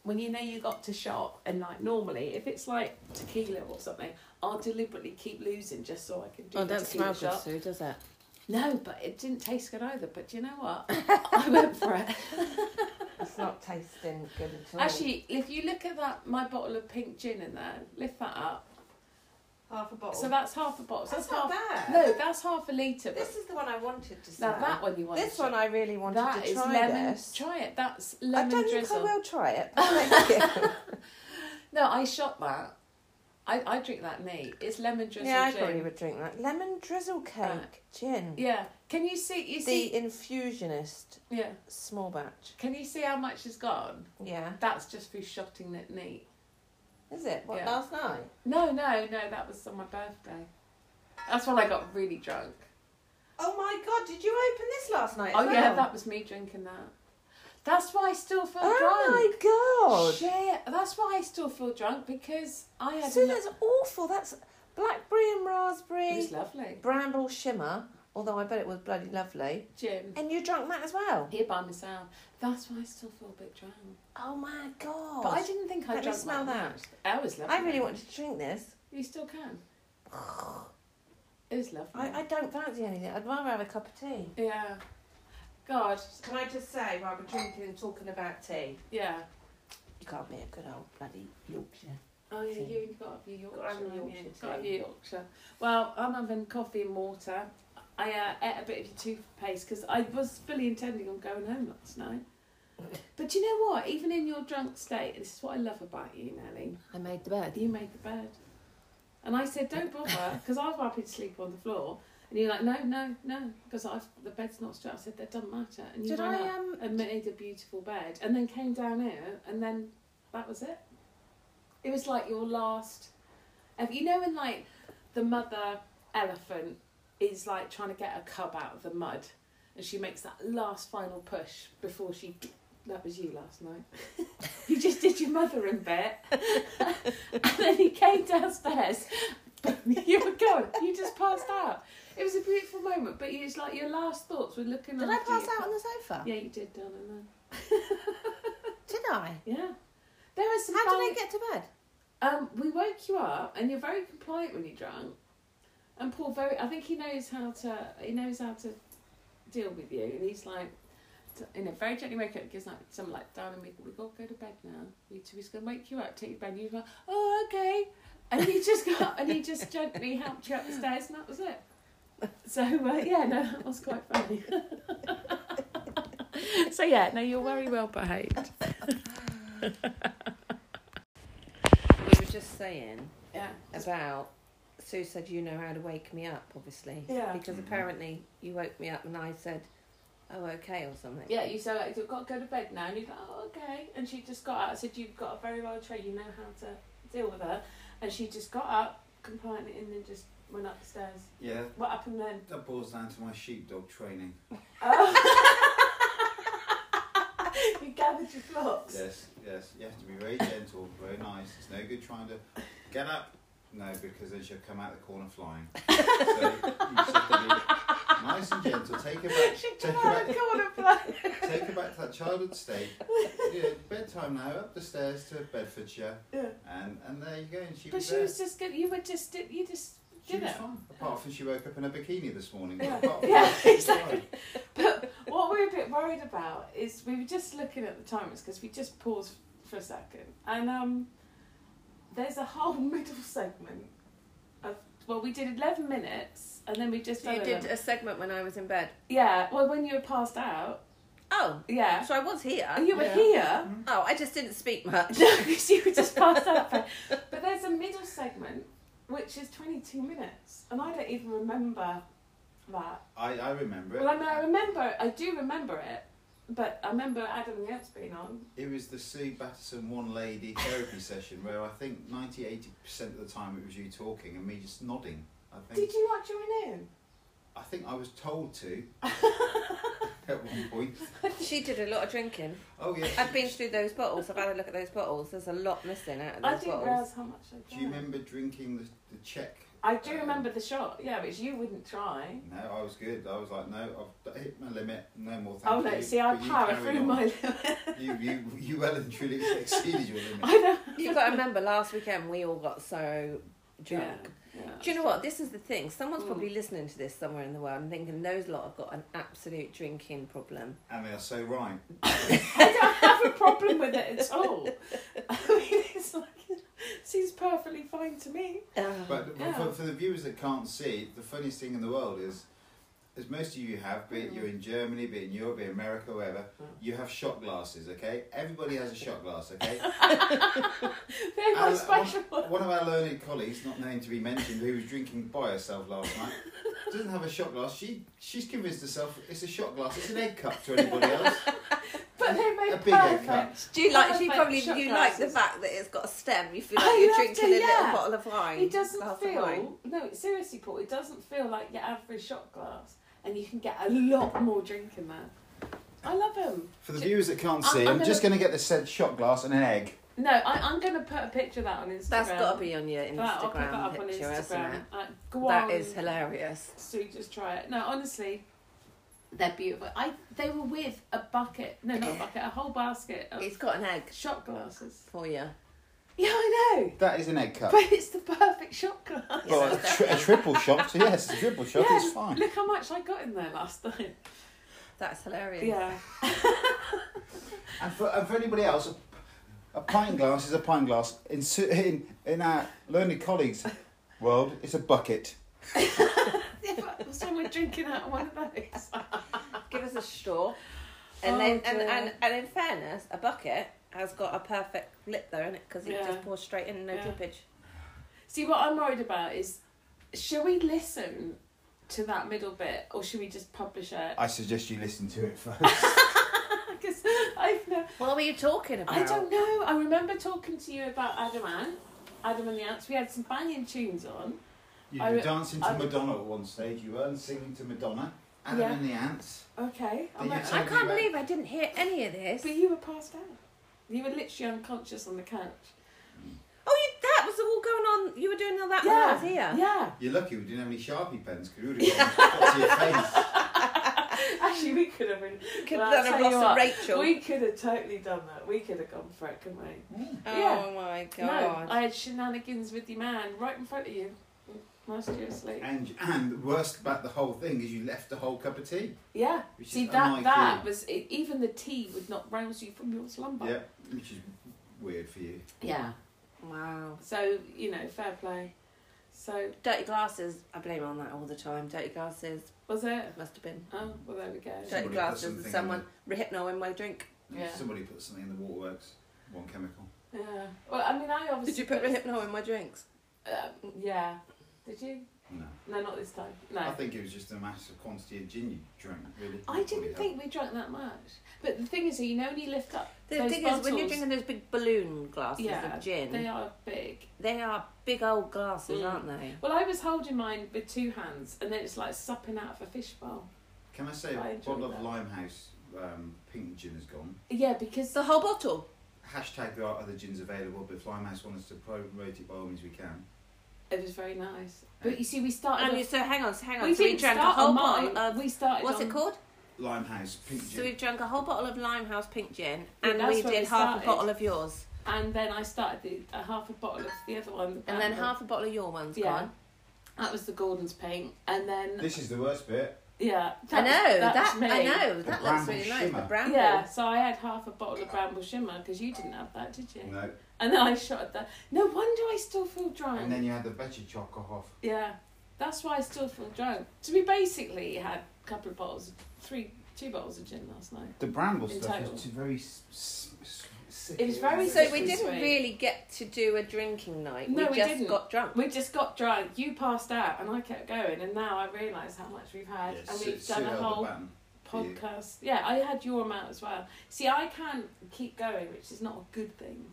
Speaker 1: When you know you got to shop, and like normally, if it's like tequila or something, I'll deliberately keep losing just so I can do.
Speaker 5: Oh,
Speaker 1: the
Speaker 5: don't smell
Speaker 1: tequila
Speaker 5: good,
Speaker 1: shot.
Speaker 5: Sue, does it?
Speaker 1: No, but it didn't taste good either. But do you know what? I went for
Speaker 5: [LAUGHS]
Speaker 1: it.
Speaker 5: It's not tasting good at all.
Speaker 1: Actually, if you look at that, my bottle of pink gin in there, lift that up.
Speaker 5: half a bottle.
Speaker 1: So that's half a bottle. So
Speaker 5: Oh. That's
Speaker 1: half.
Speaker 5: not bad.
Speaker 1: No, that's half a litre. but-
Speaker 5: this is the one I wanted to smell.
Speaker 1: now that one you want.
Speaker 5: this one I really wanted
Speaker 1: That
Speaker 5: to
Speaker 1: is
Speaker 5: try.
Speaker 1: lemon.
Speaker 5: this.
Speaker 1: Try it. That's
Speaker 5: I
Speaker 1: lemon
Speaker 5: don't think
Speaker 1: drizzle.
Speaker 5: I will try it.
Speaker 1: [LAUGHS]
Speaker 5: but thank you.
Speaker 1: No, I shot that. I, I drink that neat. It's lemon drizzle
Speaker 5: [LAUGHS] yeah, I
Speaker 1: gin.
Speaker 5: probably would drink that. Lemon drizzle cake
Speaker 1: Uh,
Speaker 5: gin.
Speaker 1: Yeah. Can you see? You see?
Speaker 5: The infusionist
Speaker 1: yeah.
Speaker 5: small batch.
Speaker 1: Can you see how much is gone?
Speaker 5: Yeah.
Speaker 1: That's just through shotting it neat.
Speaker 5: Is it? What
Speaker 1: Yeah.
Speaker 5: last night?
Speaker 1: No, no, no. That was on my birthday. That's when I got really drunk.
Speaker 5: Oh my god, did you open this last night? as
Speaker 1: Oh yeah,
Speaker 5: well?
Speaker 1: that was me drinking that. That's why I still feel drunk.
Speaker 5: Oh
Speaker 1: Shit. That's why I still feel drunk because I
Speaker 5: my god.
Speaker 1: had.
Speaker 5: Sue,
Speaker 1: no-
Speaker 5: that's awful. That's blackberry and
Speaker 1: it was
Speaker 5: raspberry,
Speaker 1: lovely.
Speaker 5: bramble shimmer, although I bet it was bloody lovely.
Speaker 1: Gin.
Speaker 5: And you drank that as well?
Speaker 1: Here by myself. That's why I still feel a bit drunk.
Speaker 5: Oh my god.
Speaker 1: But I didn't think I
Speaker 5: Let me
Speaker 1: drank
Speaker 5: smell that.
Speaker 1: much. I was lovely.
Speaker 5: I really wanted to drink this.
Speaker 1: You still
Speaker 5: [SIGHS]
Speaker 1: can. It was lovely.
Speaker 5: I, I don't fancy anything. I'd rather have a cup of tea.
Speaker 1: Yeah. God.
Speaker 5: Can I just say, while we're drinking and talking about tea,
Speaker 1: Yeah.
Speaker 5: you can't be a good old bloody Yorkshire.
Speaker 1: Oh yeah,
Speaker 5: Tea.
Speaker 1: you and got a view Yorkshire.
Speaker 5: Got to have a
Speaker 1: haven't you?
Speaker 5: Yorkshire
Speaker 1: Got a
Speaker 5: tea.
Speaker 1: view Yorkshire. Well, I'm having coffee and water. I uh, ate a bit of your toothpaste because I was fully intending on going home last night.
Speaker 5: [LAUGHS]
Speaker 1: But you know what? Even in your drunk state, this is what I love about you, Nelly.
Speaker 5: I made the bed.
Speaker 1: You made the bed. And I said, don't bother, because I was happy to sleep on the floor. And you're like, no, no, no, because I've the bed's not straight. I said, that doesn't matter. And you
Speaker 5: Did
Speaker 1: went
Speaker 5: I,
Speaker 1: up
Speaker 5: um,
Speaker 1: and made a beautiful bed, and then came down here, and then that was it. It was like your last. If you know, when like the mother elephant is like trying to get a cub out of the mud, and she makes that last final push before she. That was you last night. [LAUGHS] you just did your mothering bit, [LAUGHS] and then you came downstairs. [LAUGHS] you were gone. You just passed out. It was a beautiful moment, but it's like your last thoughts were looking.
Speaker 5: Did I
Speaker 1: after
Speaker 5: pass
Speaker 1: you.
Speaker 5: out on the sofa?
Speaker 1: Yeah, you did, darling. Then.
Speaker 5: Did I?
Speaker 1: Yeah. There was some.
Speaker 5: How did I
Speaker 1: valid-
Speaker 5: get to bed?
Speaker 1: Um, we woke you up, and you're very compliant when you're drunk. And Paul, very, I think he knows how to. He knows how to deal with you, and he's like, t- you know, very gently wake up, gives like something like, "Darling, we we got to go to bed now. We two he's gonna wake you up, take you to bed." And you go, "Oh, okay." And he just got, [LAUGHS] and he just gently helped you up the stairs, and that was it. So uh, yeah, no, that was quite funny. [LAUGHS] so yeah, no, you're very well behaved.
Speaker 5: We were just saying
Speaker 1: Yeah.
Speaker 5: about. Sue said, You know how to wake me up, obviously.
Speaker 1: Yeah.
Speaker 5: Because apparently you woke me up and I said, Oh, okay, or something.
Speaker 1: Yeah, you said like, you've got to go to bed now, and you go, oh, okay. And she just got up. I said, you've got a very well trained, you know how to deal with her. And she just got up, compliantly, and then just went up the stairs.
Speaker 3: Yeah,
Speaker 1: What happened then? [LAUGHS]
Speaker 3: that boils down to my sheepdog training.
Speaker 1: you gathered Country Flocks.
Speaker 3: Yes, yes. You have to be very gentle, very nice. It's no good trying to get up. No, because then she'll come out the corner
Speaker 1: [LAUGHS]
Speaker 3: flying. so you just have to be nice and gentle. Take her back. Take her back, [LAUGHS] take her back to that
Speaker 1: [LAUGHS]
Speaker 3: childhood state. Yeah, bedtime now. Up the stairs to Bedfordshire.
Speaker 1: Yeah.
Speaker 3: And and there you go. And she
Speaker 1: But
Speaker 3: was
Speaker 1: she
Speaker 3: there.
Speaker 1: was just good. You were just you just
Speaker 3: She
Speaker 1: did
Speaker 3: was
Speaker 1: it.
Speaker 3: fine. Apart from she woke up in a bikini this morning.
Speaker 1: Yeah.
Speaker 3: Apart from
Speaker 1: Yeah,
Speaker 3: that, she was
Speaker 1: exactly.
Speaker 3: fine.
Speaker 1: But what we were a bit worried about is we were just looking at the timers because we just paused for a second, and um, there's a whole [LAUGHS] middle segment of well, we did eleven minutes, and then we just done
Speaker 5: You did
Speaker 1: 11.
Speaker 5: a segment when I was in bed.
Speaker 1: yeah. Well, when you were passed out,
Speaker 5: Oh,
Speaker 1: yeah,
Speaker 5: so I was here.
Speaker 1: and you were
Speaker 7: Yeah.
Speaker 1: here.
Speaker 5: Oh, I just didn't speak
Speaker 1: [LAUGHS]
Speaker 5: much.
Speaker 1: No, because you were just passed out. But, but there's a middle segment which is 22 minutes, and I don't even remember that.
Speaker 3: I, I remember it.
Speaker 1: Well, I mean, I remember, I do remember it, but I remember Adam and Yet's being on.
Speaker 3: It was the Sue Batterson one lady therapy session where I think 90 80% of the time it was you talking and me just nodding. I think
Speaker 1: Did you not join in?
Speaker 3: I think I was
Speaker 1: [LAUGHS]
Speaker 3: told to [LAUGHS] at one point.
Speaker 5: [LAUGHS] she did a lot of drinking.
Speaker 3: Oh yeah.
Speaker 5: I've been through those bottles. I've had a look at those bottles. There's a lot missing out of
Speaker 1: I
Speaker 5: those
Speaker 1: didn't
Speaker 5: bottles.
Speaker 1: realise how much I
Speaker 3: Do you
Speaker 1: drank.
Speaker 3: remember drinking the, the check?
Speaker 1: I do remember the shot, yeah, which you wouldn't try.
Speaker 3: No, I was good. I was like, no, I've d- hit my limit. No more. Thank
Speaker 1: oh no,
Speaker 3: you.
Speaker 1: see, I
Speaker 3: But you
Speaker 1: power
Speaker 3: carried
Speaker 1: through
Speaker 3: [LAUGHS] on.
Speaker 1: my limit.
Speaker 3: You, you, you well and truly exceeded your limit.
Speaker 1: [LAUGHS] I know.
Speaker 5: You've got to remember, last weekend we all got so drunk.
Speaker 1: Yeah, yeah.
Speaker 5: Do you know what? This is the thing. Someone's
Speaker 1: Mm.
Speaker 5: probably listening to this somewhere in the world and thinking those lot have got an absolute drinking problem.
Speaker 3: And they are so right.
Speaker 1: I don't have a problem with it at all. [LAUGHS] I mean, it's like, it seems perfectly fine to me.
Speaker 5: Ugh.
Speaker 3: But
Speaker 1: Yeah.
Speaker 3: for, for the viewers that can't see, the funniest thing in the world is, as most of you have, be it you're in Germany, be it in Europe, be it in America, wherever,
Speaker 1: Mm.
Speaker 3: you have shot glasses, okay? Everybody has
Speaker 1: [LAUGHS]
Speaker 3: a shot glass, okay?
Speaker 1: They're my
Speaker 3: Our-
Speaker 1: special
Speaker 3: one, one of our learned colleagues, not named to be mentioned, who was drinking by herself last night, doesn't have a shot glass. She She's convinced herself it's a shot glass, it's an egg cup to
Speaker 1: [LAUGHS]
Speaker 3: anybody else.
Speaker 1: But they
Speaker 3: A
Speaker 1: made
Speaker 3: big egg cup.
Speaker 1: perfect.
Speaker 5: Do you like?
Speaker 1: Perfect
Speaker 5: She probably
Speaker 1: shot
Speaker 5: you like the
Speaker 1: glasses.
Speaker 5: fact that it's got a stem. You feel
Speaker 1: I
Speaker 5: like you're
Speaker 1: loved
Speaker 5: drinking
Speaker 1: it,
Speaker 5: a little
Speaker 1: yeah.
Speaker 5: bottle of wine.
Speaker 1: It doesn't
Speaker 5: glass of wine.
Speaker 1: feel no, seriously, Paul. It doesn't feel like your average shot glass, and you can get a lot more drink in there. I love them.
Speaker 3: For the viewers that can't
Speaker 1: I-
Speaker 3: see,
Speaker 1: I'm
Speaker 3: I'm,
Speaker 1: gonna-
Speaker 3: just going to get the said shot glass and an egg.
Speaker 1: No, I, I'm going to put a picture of that on Instagram.
Speaker 5: That's got to be on your Instagram
Speaker 1: That- I'll put that up on
Speaker 5: picture, isn't
Speaker 1: Instagram.
Speaker 5: it?
Speaker 1: Uh, go
Speaker 5: That
Speaker 1: on.
Speaker 5: is hilarious.
Speaker 1: So you just try it. No, honestly, they're beautiful. I they were with a bucket. No, not a bucket. A whole basket of
Speaker 5: He's got an egg
Speaker 1: shot glasses.
Speaker 5: for you.
Speaker 1: [LAUGHS] Yeah, I know.
Speaker 3: That is an egg cup.
Speaker 1: But it's the perfect shot glass.
Speaker 3: Well, a, tri- a triple shot, so yes, a triple shot
Speaker 1: Yeah,
Speaker 3: is fine.
Speaker 1: Look how much I got in there last night.
Speaker 5: That's
Speaker 1: [LAUGHS]
Speaker 5: hilarious.
Speaker 1: Yeah.
Speaker 3: And for, and for anybody else, a, a pint glass is a pint glass. In, su- in, in our learned colleagues' world, it's a bucket.
Speaker 1: Yeah, but someone drinking out of one of those. [LAUGHS]
Speaker 5: Give us a straw, and
Speaker 1: Oh,
Speaker 5: then and,
Speaker 1: dear.
Speaker 5: and and in fairness, a bucket has got a perfect lip though, in it because it
Speaker 1: Yeah.
Speaker 5: just pours straight in, no
Speaker 1: Yeah.
Speaker 5: clippage.
Speaker 1: See, what I'm worried about is, should we listen to that middle bit or should we just publish it? [LAUGHS]
Speaker 3: I suggest you listen to it first.
Speaker 1: Because I've no,
Speaker 5: What were you talking about?
Speaker 1: I don't know. I remember talking to you about Adam Ant, Adam and the Ants. We had some banging tunes on.
Speaker 3: [LAUGHS] You
Speaker 1: I
Speaker 3: were
Speaker 1: re-
Speaker 3: dancing to
Speaker 1: I-
Speaker 3: Madonna at one stage. You weren't singing to Madonna. Adam
Speaker 1: Yeah.
Speaker 3: and the Ants.
Speaker 1: Okay, I'm
Speaker 3: Did you
Speaker 1: like,
Speaker 3: tell
Speaker 5: I
Speaker 3: me
Speaker 5: can't
Speaker 3: about-
Speaker 5: believe I didn't hear any of this.
Speaker 1: but you were passed out. You were literally unconscious on the couch.
Speaker 5: Oh, you, that was all going on. You were doing all that when I was here.
Speaker 1: yeah.
Speaker 3: You're lucky we didn't have any Sharpie pens because we would have got [LAUGHS] to your face.
Speaker 1: Actually, we could have been.
Speaker 5: [LAUGHS] Could
Speaker 1: well, I'll
Speaker 5: have done a
Speaker 1: tell you
Speaker 5: Ross and
Speaker 1: what,
Speaker 5: Rachel.
Speaker 1: We could have totally done that. We could have gone for it, couldn't we?
Speaker 5: oh
Speaker 1: yeah.
Speaker 5: my
Speaker 1: No,
Speaker 5: god.
Speaker 1: I had shenanigans with your man right in front of you. Last year asleep.
Speaker 3: And, and the worst about the whole thing is you left a whole cup of tea.
Speaker 1: Yeah.
Speaker 3: Which
Speaker 1: See
Speaker 3: is
Speaker 1: that
Speaker 3: unlike
Speaker 1: that
Speaker 3: you.
Speaker 1: was it, even the tea would not rouse you from your slumber.
Speaker 3: Yeah, which is weird for you.
Speaker 1: Yeah.
Speaker 5: wow.
Speaker 1: So you know, fair play. So
Speaker 5: Dirty glasses. I blame on that all the time. Dirty glasses.
Speaker 1: was it?
Speaker 5: It must have been.
Speaker 1: Oh well, there we go.
Speaker 5: Dirty
Speaker 3: Somebody put
Speaker 5: glasses and
Speaker 3: something
Speaker 5: someone rehypno in my drink.
Speaker 1: Yeah.
Speaker 3: Somebody put something in the waterworks. One chemical.
Speaker 1: Yeah. Well, I mean, I obviously
Speaker 5: Did you put rehypno in my drinks?
Speaker 1: Um, yeah. Did you?
Speaker 3: No.
Speaker 1: No, not this time. No.
Speaker 3: I think it was just a massive quantity of gin you drank, really.
Speaker 1: I didn't think we drank that much. But the thing is, that you know, when you lift up
Speaker 5: The
Speaker 1: those
Speaker 5: thing
Speaker 1: bottles,
Speaker 5: is, when you're drinking those big balloon glasses
Speaker 1: yeah,
Speaker 5: of gin,
Speaker 1: they
Speaker 5: they are,
Speaker 1: are big.
Speaker 5: big old glasses,
Speaker 1: Mm.
Speaker 5: aren't they?
Speaker 1: Well, I was holding mine with two hands, and then it's like supping out of a fishbowl.
Speaker 3: Can I say
Speaker 1: I
Speaker 3: a
Speaker 1: enjoyed
Speaker 3: bottle of
Speaker 1: that.
Speaker 3: Limehouse um, pink gin is gone.
Speaker 1: Yeah, because
Speaker 5: The whole bottle.
Speaker 3: Hashtag there are other gins available, but if Lime House wants to promote it by all means, we can.
Speaker 1: it was very nice. But you see, we started.
Speaker 5: And
Speaker 1: off-
Speaker 5: you, so hang on, so hang on.
Speaker 1: we
Speaker 5: so we
Speaker 1: didn't
Speaker 5: drank a
Speaker 1: start
Speaker 5: whole
Speaker 1: on
Speaker 5: bottle
Speaker 1: mine.
Speaker 5: of.
Speaker 1: we started.
Speaker 5: What's
Speaker 1: on,
Speaker 5: it called?
Speaker 3: Limehouse pink
Speaker 5: So
Speaker 3: gin.
Speaker 5: we've drunk a whole bottle of Limehouse pink gin,
Speaker 1: Yeah,
Speaker 5: and
Speaker 1: that's
Speaker 5: we
Speaker 1: where
Speaker 5: did
Speaker 1: we
Speaker 5: half a
Speaker 1: started.
Speaker 5: bottle of yours,
Speaker 1: And then I started the, a half a bottle of the other one.
Speaker 5: and then
Speaker 1: Um,
Speaker 5: half a bottle of your one's
Speaker 1: Yeah.
Speaker 5: gone.
Speaker 1: That was the Gordon's pink, and then
Speaker 3: This is the worst bit.
Speaker 1: yeah,
Speaker 5: I know that.
Speaker 1: that's me.
Speaker 5: I know
Speaker 3: The
Speaker 5: that looks
Speaker 3: bramble
Speaker 5: really nice. The
Speaker 3: shimmer.
Speaker 5: bramble.
Speaker 1: Yeah, so I had half a bottle of Bramble Shimmer because you didn't have that, did you?
Speaker 3: No.
Speaker 1: And then I shot at that. No wonder I still feel drunk.
Speaker 3: And then you had the veggie chocolate off.
Speaker 1: yeah, that's why I still feel drunk. So we basically had a couple of bottles, of- three, two bottles of gin last night.
Speaker 3: The bramble
Speaker 1: In
Speaker 3: stuff
Speaker 1: total.
Speaker 3: is too very s- s- s- sick.
Speaker 1: It was very
Speaker 5: So we
Speaker 1: Sweet.
Speaker 5: didn't really get to do a drinking night.
Speaker 1: No,
Speaker 5: we
Speaker 1: we
Speaker 5: just
Speaker 1: didn't.
Speaker 5: got drunk.
Speaker 1: We just got drunk. You passed out, and I kept going. And now I realise how much we've had, and
Speaker 3: Sue-
Speaker 1: we've
Speaker 3: Sue
Speaker 1: done
Speaker 3: held
Speaker 1: a
Speaker 3: the
Speaker 1: whole
Speaker 3: baton for you.
Speaker 1: podcast. Yeah, I had your amount as well. See, I can't keep going, which is not a good thing.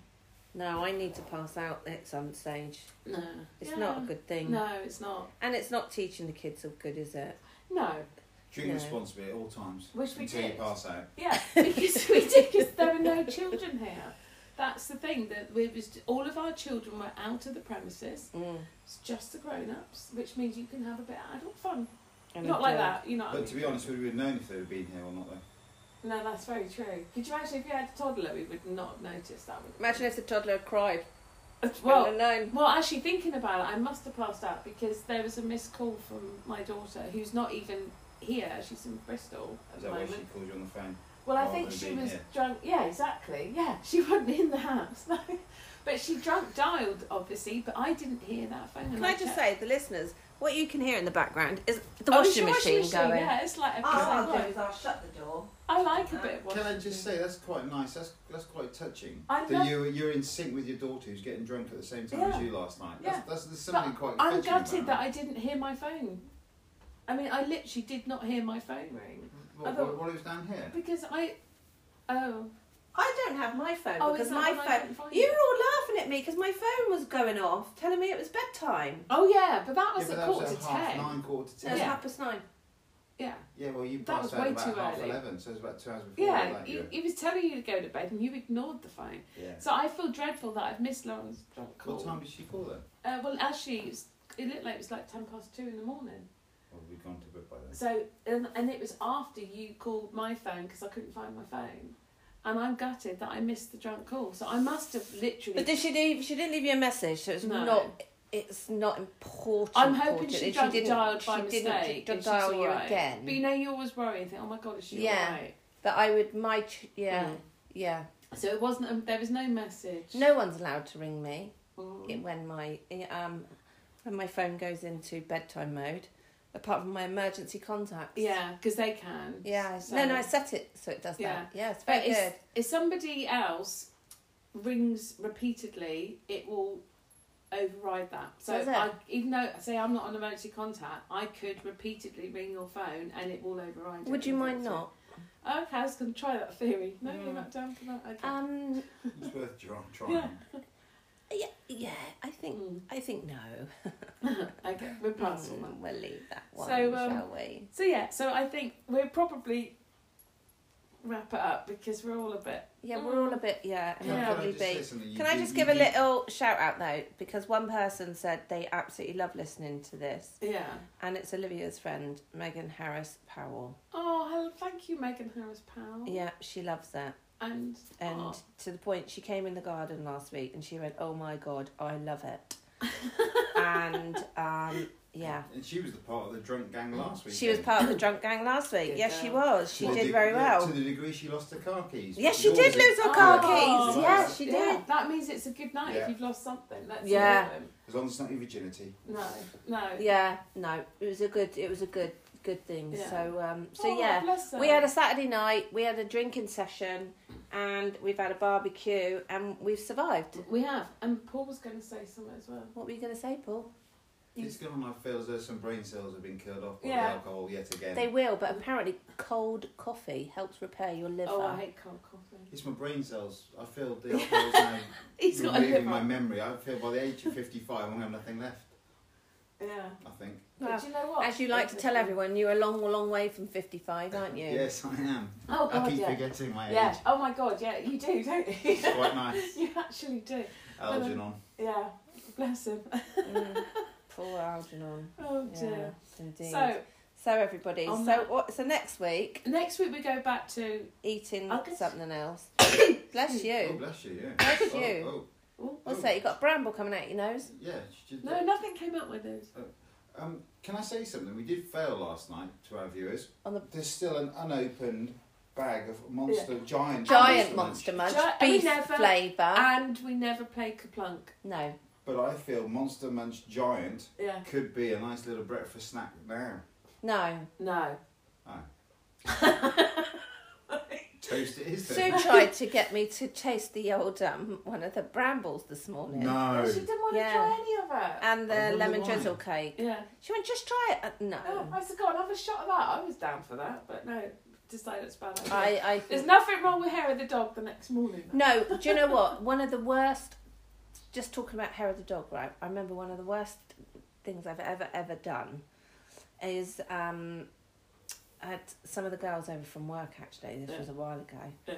Speaker 5: No, I need to pass out at some stage.
Speaker 1: No,
Speaker 5: It's
Speaker 1: Yeah.
Speaker 5: not a good thing.
Speaker 1: No, it's not.
Speaker 5: And it's not teaching the kids all good, is it?
Speaker 1: No,
Speaker 3: Drink
Speaker 5: No.
Speaker 3: responsibly at all times.
Speaker 1: Which we
Speaker 3: until
Speaker 1: did.
Speaker 3: you pass out.
Speaker 1: Yeah, [LAUGHS] because we did, because there were no children here. That's the thing that we was all of our children were out of the premises.
Speaker 5: Mm.
Speaker 1: It's just the grown-ups, which means you can have a bit of adult fun.
Speaker 5: And
Speaker 1: Not like
Speaker 5: enjoy.
Speaker 1: that, you know. what I
Speaker 3: But to
Speaker 1: mean?
Speaker 3: be honest, we would have known if they had been here or not. Though.
Speaker 1: No, that's very true. Could you imagine if you had a toddler, we would not have noticed that. would we?
Speaker 5: Imagine if the toddler had cried.
Speaker 1: well,
Speaker 5: and known.
Speaker 1: well, actually thinking about it, I must have passed out because there was a missed call from my daughter, who's not even here. She's in Bristol at
Speaker 3: Is
Speaker 1: the
Speaker 3: that why
Speaker 1: moment.
Speaker 3: she called you on the phone?
Speaker 1: Well, I
Speaker 3: rather
Speaker 1: think
Speaker 3: than
Speaker 1: she
Speaker 3: Oh, being
Speaker 1: was
Speaker 3: here.
Speaker 1: drunk. Yeah, exactly. Yeah, [LAUGHS] she wasn't in the house. [LAUGHS] No. But she drunk dialed, obviously, but I didn't hear that phone.
Speaker 5: Can I just say, the listeners, what you can hear in the background is the
Speaker 1: Oh, it's
Speaker 5: washing,
Speaker 1: your
Speaker 5: machine, going. Ah,
Speaker 1: Yeah, it's like a
Speaker 5: I'll
Speaker 1: bizarre thing.
Speaker 5: I'll shut the door.
Speaker 1: I like a bit of washing.
Speaker 3: Can I just say that's quite nice. That's that's quite touching.
Speaker 1: I
Speaker 3: that
Speaker 1: love-
Speaker 3: you you're in sync with your daughter who's getting drunk at the same time as
Speaker 1: Yeah.
Speaker 3: you last night.
Speaker 1: Yeah.
Speaker 3: That's, that's there's something quite.
Speaker 1: I'm
Speaker 3: touching about
Speaker 1: gutted that I didn't hear my phone. I mean, I literally did not hear my phone ring
Speaker 3: What, what, what was down here?
Speaker 1: because I. Oh,
Speaker 5: I don't have my phone
Speaker 1: Oh,
Speaker 5: because
Speaker 1: is that
Speaker 5: my
Speaker 1: when I
Speaker 5: phone.
Speaker 1: don't find
Speaker 5: You
Speaker 1: it?
Speaker 5: were all laughing at me because my phone was going off, telling me it was bedtime.
Speaker 1: oh yeah, but that
Speaker 3: Yeah,
Speaker 1: was
Speaker 3: but
Speaker 1: at
Speaker 3: that was
Speaker 1: quarter to
Speaker 3: at half
Speaker 1: ten.
Speaker 3: nine, quarter to
Speaker 5: It was
Speaker 3: ten.
Speaker 1: Yeah.
Speaker 5: half past nine.
Speaker 1: Yeah,
Speaker 3: Yeah, well, you
Speaker 1: That
Speaker 3: passed
Speaker 1: was
Speaker 3: out
Speaker 1: way
Speaker 3: about
Speaker 1: too
Speaker 3: half
Speaker 1: early.
Speaker 3: eleven, so it was about two hours before.
Speaker 1: yeah.
Speaker 3: that,
Speaker 1: He,
Speaker 3: yeah.
Speaker 1: he was telling you to go to bed, and you ignored the phone.
Speaker 3: yeah.
Speaker 1: So I feel dreadful that I've missed Lauren's drunk call.
Speaker 3: What time did she call then?
Speaker 1: Uh, well, actually, it, was, it looked like it was like ten past two in the morning.
Speaker 3: Well, we've gone to bed by
Speaker 1: [LAUGHS]
Speaker 3: then.
Speaker 1: So, and, and it was after you called my phone because I couldn't find my phone, and I'm gutted that I missed the drunk call. So I must have literally.
Speaker 5: But did she leave? She didn't leave you a message, so it's
Speaker 1: No.
Speaker 5: not. It's not important.
Speaker 1: I'm hoping
Speaker 5: important.
Speaker 1: she,
Speaker 5: If
Speaker 1: drunk
Speaker 5: didn't-
Speaker 1: dialed by
Speaker 5: she
Speaker 1: mistake.
Speaker 5: Didn't
Speaker 1: and
Speaker 5: dial
Speaker 1: she's
Speaker 5: you
Speaker 1: alright.
Speaker 5: again.
Speaker 1: But you know, you always worry and think, "Oh my god, is she
Speaker 5: Yeah.
Speaker 1: alright?"
Speaker 5: But I would. My. Ch- yeah.
Speaker 1: Mm.
Speaker 5: Yeah.
Speaker 1: So it wasn't. Um, there was no message.
Speaker 5: No one's allowed to ring me
Speaker 1: Mm.
Speaker 5: it- when my um when my phone goes into bedtime mode, apart from my emergency contacts.
Speaker 1: Yeah, because they can.
Speaker 5: Yeah.
Speaker 1: So-
Speaker 5: No, no. I set it so it does
Speaker 1: Yeah.
Speaker 5: that. Yeah. It's
Speaker 1: But
Speaker 5: very good.
Speaker 1: if, if somebody else rings repeatedly, it will override that. So
Speaker 5: Does it?
Speaker 1: I, even though say I'm not on emergency contact, I could repeatedly ring your phone and it will override. it.
Speaker 5: Would you mind not?
Speaker 1: Okay, I was going to try that theory. No,
Speaker 5: Mm.
Speaker 1: you're not down for that. Okay.
Speaker 5: Um.
Speaker 3: It's worth dr- trying.
Speaker 1: Yeah.
Speaker 5: Yeah. Yeah. I think.
Speaker 1: Mm.
Speaker 5: I think no.
Speaker 1: okay, we're past all that.
Speaker 5: Mm, we'll leave that one,
Speaker 1: So, um,
Speaker 5: shall we?
Speaker 1: So yeah, so I think we'll probably wrap it up because we're all a bit.
Speaker 5: Yeah, we're all a bit. Yeah, and
Speaker 3: Can,
Speaker 1: Mm. Yeah.
Speaker 3: can I
Speaker 5: we'll probably
Speaker 3: just say
Speaker 5: be.
Speaker 3: something? You
Speaker 5: Can I
Speaker 3: do-
Speaker 5: just
Speaker 3: you
Speaker 5: give a
Speaker 3: do-
Speaker 5: little shout out though? Because one person said they absolutely love listening to this,
Speaker 1: Yeah.
Speaker 5: and it's Olivia's friend Megan Harris Powell.
Speaker 1: Oh, hello, thank you, Megan Harris Powell.
Speaker 5: Yeah, she loves that,
Speaker 1: And
Speaker 5: and
Speaker 1: oh,
Speaker 5: to the point she came in the garden last week and she went, "Oh my god, I
Speaker 1: [LAUGHS]
Speaker 5: love it," and um, yeah.
Speaker 3: And she was the part of the drunk gang last week.
Speaker 5: She was part of the drunk gang last week.
Speaker 1: Good
Speaker 5: yes, she
Speaker 1: girl.
Speaker 5: was. She
Speaker 3: To the
Speaker 5: did
Speaker 3: de-
Speaker 5: very
Speaker 3: yeah,
Speaker 5: well.
Speaker 3: To the degree she lost her car keys.
Speaker 5: Yes,
Speaker 3: But
Speaker 5: she
Speaker 3: yours is-
Speaker 5: did lose her
Speaker 1: Oh.
Speaker 5: car
Speaker 1: Oh.
Speaker 5: keys. Yes, she
Speaker 1: yeah,
Speaker 5: did.
Speaker 1: That means it's a good night
Speaker 3: Yeah.
Speaker 1: if you've lost something. That's
Speaker 5: Yeah.
Speaker 1: important.
Speaker 3: As long as it's not your virginity.
Speaker 1: No, no.
Speaker 5: Yeah, no, it was a good, it was a good, good thing.
Speaker 1: Yeah.
Speaker 5: So, um, so
Speaker 1: Oh,
Speaker 5: yeah,
Speaker 1: bless her.
Speaker 5: we had a Saturday night, we had a drinking session, and we've had a barbecue, and we've survived.
Speaker 1: We have, and Paul was going to say something as well.
Speaker 5: What were you going to say, Paul?
Speaker 3: It's gone. I feel as though some brain cells have been killed off by the
Speaker 1: Yeah.
Speaker 3: alcohol yet again.
Speaker 5: They will, but apparently cold coffee helps repair your liver.
Speaker 1: Oh, I hate cold coffee.
Speaker 3: It's my brain cells. I feel
Speaker 5: [LAUGHS]
Speaker 3: the alcohol's now
Speaker 1: He's got a
Speaker 3: removing my
Speaker 1: liver.
Speaker 3: memory. I feel by the age of 55, I'm going to have nothing left.
Speaker 1: Yeah.
Speaker 3: I think.
Speaker 1: But do you know what?
Speaker 5: As you like to tell
Speaker 1: everyone.
Speaker 5: everyone, you're a long, long way from 55, aren't you?
Speaker 3: Yes, I am.
Speaker 1: Oh god,
Speaker 3: I keep
Speaker 1: yeah.
Speaker 3: forgetting my
Speaker 1: Yeah.
Speaker 3: age.
Speaker 1: Oh my god, yeah, you do, don't you? [LAUGHS]
Speaker 3: It's quite
Speaker 5: [LAUGHS]
Speaker 3: nice.
Speaker 1: you actually do.
Speaker 3: Algernon.
Speaker 1: Yeah. Bless him.
Speaker 5: Mm. Poor Algernon.
Speaker 1: Oh
Speaker 5: [LAUGHS] Yeah,
Speaker 1: dear.
Speaker 5: indeed. So,
Speaker 1: So
Speaker 5: everybody,
Speaker 1: On
Speaker 5: so
Speaker 1: that-
Speaker 5: what? So next week,
Speaker 1: next week we go back to
Speaker 5: eating
Speaker 1: I'll get-
Speaker 5: something else. Bless
Speaker 3: Oh,
Speaker 5: you.
Speaker 3: bless you, yeah.
Speaker 5: Bless
Speaker 3: oh,
Speaker 5: you.
Speaker 3: Oh,
Speaker 1: oh,
Speaker 5: What's that? You got a bramble coming out your nose.
Speaker 3: yeah. she did
Speaker 1: No,
Speaker 3: that.
Speaker 1: nothing came up with it.
Speaker 3: Um, can I say something? We did fail last night to our viewers.
Speaker 5: On the-
Speaker 3: There's still an unopened bag of monster giant
Speaker 5: Giant
Speaker 3: Munch.
Speaker 5: monster munch,
Speaker 1: Gi- we
Speaker 5: beef
Speaker 1: never-
Speaker 5: flavour.
Speaker 1: And we never played Kaplunk.
Speaker 5: no,
Speaker 3: But I feel monster munch giant
Speaker 1: Yeah.
Speaker 3: could be a nice little breakfast snack now.
Speaker 1: [LAUGHS]
Speaker 5: no.
Speaker 1: No.
Speaker 3: Toast it is
Speaker 5: Sue
Speaker 3: then.
Speaker 5: tried to get me to taste the old um, one of the brambles this morning,
Speaker 3: No.
Speaker 5: [LAUGHS]
Speaker 1: She didn't want to
Speaker 5: Yeah. Uh,
Speaker 1: try any of it.
Speaker 5: and
Speaker 3: I
Speaker 5: the
Speaker 3: wonder
Speaker 5: lemon
Speaker 3: why.
Speaker 5: drizzle cake.
Speaker 1: yeah.
Speaker 5: She went, just try it. Uh, no,
Speaker 1: Oh, I said, go on, have a shot of that. I was down for that, but no, decided it's a bad idea.
Speaker 5: I, I
Speaker 1: There's
Speaker 5: think
Speaker 1: nothing wrong with hair of the dog the next morning.
Speaker 5: No, do you know what? One of the worst. Just talking about hair of the dog, right? I remember one of the worst things I've ever ever done is um, I had some of the girls over from work actually. This
Speaker 1: Yeah.
Speaker 5: was a while ago,
Speaker 1: Yeah.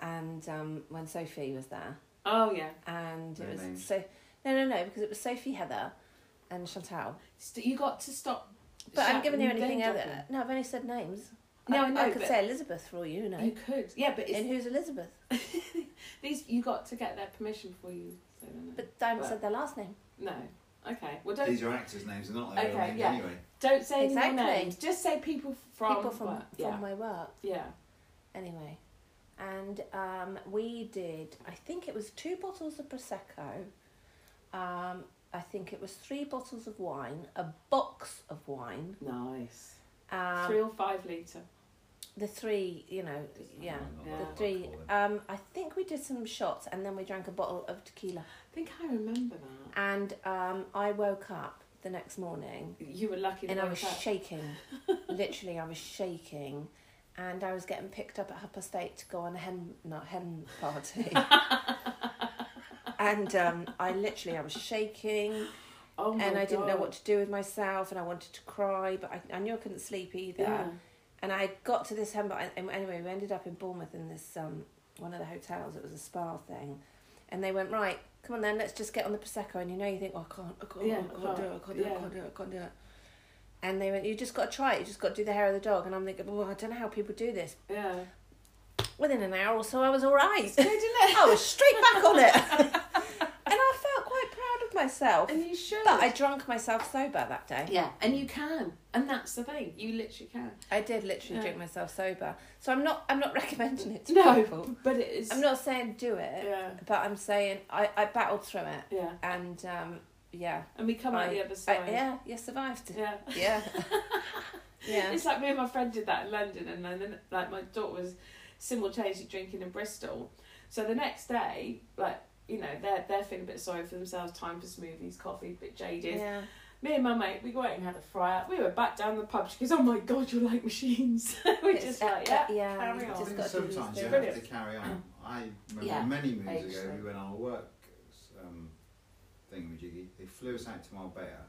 Speaker 5: and um, when Sophie was there,
Speaker 1: Oh, yeah.
Speaker 5: and it
Speaker 3: No
Speaker 5: was
Speaker 3: names.
Speaker 5: so no no no because it was Sophie Heather and Chantal.
Speaker 1: St- you got to stop.
Speaker 5: But I haven't given you
Speaker 1: shouting
Speaker 5: anything
Speaker 1: names,
Speaker 5: other.
Speaker 1: have
Speaker 5: No, I've only said names.
Speaker 1: you? No,
Speaker 5: I,
Speaker 1: I, know.
Speaker 5: I could
Speaker 1: but
Speaker 5: say Elizabeth for all you know.
Speaker 1: You could. Yeah, but
Speaker 5: and
Speaker 1: it's,
Speaker 5: who's Elizabeth?
Speaker 1: these you got to get their permission before you say their name.
Speaker 5: But I haven't
Speaker 1: But-
Speaker 5: said their last name.
Speaker 1: no. Okay. Well, don't
Speaker 3: These are actors' names, they're not their real
Speaker 1: Okay,
Speaker 3: names
Speaker 1: yeah.
Speaker 3: anyway.
Speaker 1: don't say any more
Speaker 5: Exactly.
Speaker 1: names. Just say people from.
Speaker 5: People from
Speaker 1: work.
Speaker 5: from
Speaker 1: yeah.
Speaker 5: my work.
Speaker 1: yeah.
Speaker 5: anyway and um, we did i think it was two bottles of prosecco um, i think it was three bottles of wine a box of wine
Speaker 1: Nice.
Speaker 5: um,
Speaker 1: Three or five litre.
Speaker 5: the three you know yeah
Speaker 3: Oh,
Speaker 1: Yeah.
Speaker 3: Not
Speaker 5: the
Speaker 3: what I'd
Speaker 5: three
Speaker 3: call them.
Speaker 5: um, i think we did some shots and then we drank a bottle of tequila
Speaker 1: I think I remember that.
Speaker 5: and um, i woke up the next morning
Speaker 1: You were lucky to
Speaker 5: and i was
Speaker 1: wake up. [LAUGHS]
Speaker 5: shaking literally i was shaking and i was getting picked up at half past eight to go on a hen not hen
Speaker 1: [LAUGHS]
Speaker 5: party and um, i literally i was shaking
Speaker 1: oh my
Speaker 5: and i
Speaker 1: God.
Speaker 5: didn't know what to do with myself and i wanted to cry but i, I knew i couldn't sleep either
Speaker 1: Yeah.
Speaker 5: and i got to this hen bar and anyway we ended up in bournemouth in this um, one of the hotels it was a spa thing and they went right come on then let's just get on the prosecco and you know you think oh i can't i can't,
Speaker 1: Yeah,
Speaker 5: I can't do it i can't do it
Speaker 1: yeah.
Speaker 5: i can't do it i can't do it and they went you just got to try it you just got to do the hair of the dog and i'm thinking well i don't know how people do this [LAUGHS]
Speaker 1: Yeah.
Speaker 5: within an hour or so i was all right
Speaker 1: [LAUGHS] Good, isn't it?
Speaker 5: I was straight back on it. and I felt quite proud of myself.
Speaker 1: And you should.
Speaker 5: But I drunk myself sober that day.
Speaker 1: yeah, and you can, and that's the thing. You literally can.
Speaker 5: I did literally
Speaker 1: Yeah.
Speaker 5: drink myself sober. So I'm not I'm not [LAUGHS] recommending it to people.
Speaker 1: No, but it is.
Speaker 5: I'm not saying do it,
Speaker 1: Yeah,
Speaker 5: but I'm saying I, I battled through it
Speaker 1: yeah.
Speaker 5: and um yeah.
Speaker 1: And we come out
Speaker 5: I-
Speaker 1: the other
Speaker 5: I,
Speaker 1: side.
Speaker 5: yeah, you survived.
Speaker 1: Yeah.
Speaker 5: Yeah. [LAUGHS] yeah.
Speaker 1: It's like me and my friend did that in London, and then like my daughter was simultaneously drinking in Bristol. So the next day, like you know, they're they're feeling a bit sorry for themselves. Time for smoothies, coffee, a bit jaded.
Speaker 5: Yeah.
Speaker 1: Me and my mate, we went and had a fry up. We were back down the pub. She goes, "Oh my god, you're like machines." [LAUGHS] We're
Speaker 5: It's-
Speaker 1: just
Speaker 5: uh,
Speaker 1: like,
Speaker 5: uh,
Speaker 1: yeah.
Speaker 5: yeah,
Speaker 1: carry
Speaker 5: you
Speaker 1: on.
Speaker 3: I
Speaker 5: just
Speaker 3: think
Speaker 5: gotta do these
Speaker 3: sometimes you
Speaker 5: things.
Speaker 3: have to carry on. I remember
Speaker 5: Yeah.
Speaker 3: many moons ago
Speaker 1: Actually.
Speaker 3: we went on a work um, thingamajiggy. They flew us out to Marbella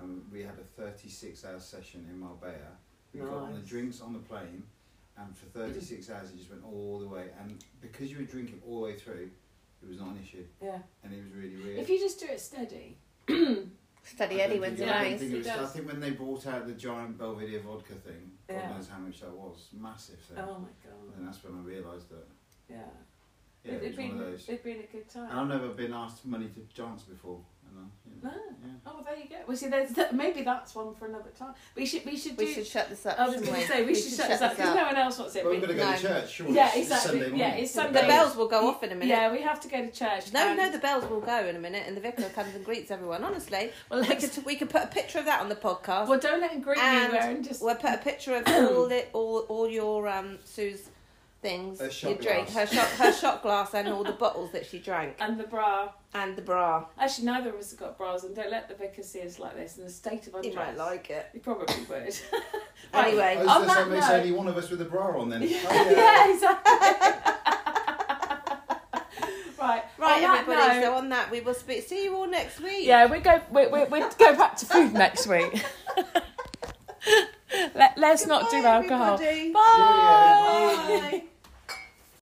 Speaker 3: and we had a 36 hour session in Marbella. We got on the
Speaker 1: Nice.
Speaker 3: drinks on the plane and for 36 hours it just went all the way. And because you were drinking all the way through, it was not an issue
Speaker 1: Yeah.
Speaker 3: and it was really weird.
Speaker 1: If you just do it steady.
Speaker 5: Steady
Speaker 3: I
Speaker 5: Eddie
Speaker 3: don't
Speaker 5: wins
Speaker 3: think-
Speaker 1: yeah,
Speaker 3: I
Speaker 5: yeah,
Speaker 3: don't think it
Speaker 1: He
Speaker 3: was- I
Speaker 1: does.
Speaker 3: think when they brought out the giant Belvedere vodka thing, God
Speaker 1: Yeah.
Speaker 3: knows how much that was, massive thing.
Speaker 1: Oh my god.
Speaker 3: And that's when I realised that.
Speaker 1: Yeah.
Speaker 3: Yeah,
Speaker 1: it'd,
Speaker 3: it was
Speaker 1: been,
Speaker 3: one of those. Um,
Speaker 1: it'd been a good time.
Speaker 3: And I've never been asked for money to dance before. And I, you know,
Speaker 1: No.
Speaker 3: yeah.
Speaker 1: Oh, well, there you go. Well, see, there's that, maybe that's one for another time. We should, we should do.
Speaker 5: We should shut this up.
Speaker 1: I was
Speaker 5: shouldn't
Speaker 1: going
Speaker 5: we?
Speaker 1: to say we, should, shut this up because no one else wants it.
Speaker 3: Well,
Speaker 1: We-
Speaker 3: we've got to go
Speaker 5: no.
Speaker 3: to church, surely.
Speaker 1: Yeah,
Speaker 3: It's
Speaker 1: exactly.
Speaker 3: Sunday
Speaker 1: Yeah,
Speaker 3: morning.
Speaker 1: it's
Speaker 3: The
Speaker 5: The
Speaker 1: Sunday.
Speaker 5: bells will go off in a minute.
Speaker 1: yeah, we have to go to church.
Speaker 5: No,
Speaker 1: and-
Speaker 5: no, the bells will go in a minute, and the vicar comes and greets everyone. Honestly,
Speaker 1: Well,
Speaker 5: we
Speaker 1: let's-
Speaker 5: could we could put a picture of that on the
Speaker 1: [LAUGHS]
Speaker 5: podcast.
Speaker 1: well, don't let him greet
Speaker 5: And-
Speaker 1: you wearing just.
Speaker 5: We'll put a picture of all the, all all your um Sue's things,
Speaker 3: Her
Speaker 5: your
Speaker 3: shot
Speaker 5: drink, her
Speaker 3: glass.
Speaker 5: shot her shot glass, and all the bottles that she drank,
Speaker 1: And the bra.
Speaker 5: and the bra.
Speaker 1: Actually, neither of us have got bras, and don't let the vicar see us like this in the state of
Speaker 5: You
Speaker 1: undress.
Speaker 5: might like it.
Speaker 1: You probably would. [LAUGHS]
Speaker 5: Anyway,
Speaker 3: Oh,
Speaker 1: on
Speaker 3: so that
Speaker 1: that
Speaker 3: makes
Speaker 1: note-
Speaker 3: only one of us with a
Speaker 1: [LAUGHS]
Speaker 3: bra on then. Oh, yeah.
Speaker 1: yeah, exactly. right,
Speaker 5: Right,
Speaker 1: on that
Speaker 5: everybody,
Speaker 1: No.
Speaker 5: So on that, we will speak. See you all next week.
Speaker 1: Yeah, we go. We we we go back to food next week. Let, let's not do
Speaker 5: Bye,
Speaker 1: alcohol.
Speaker 5: everybody.
Speaker 1: Bye.
Speaker 5: Bye.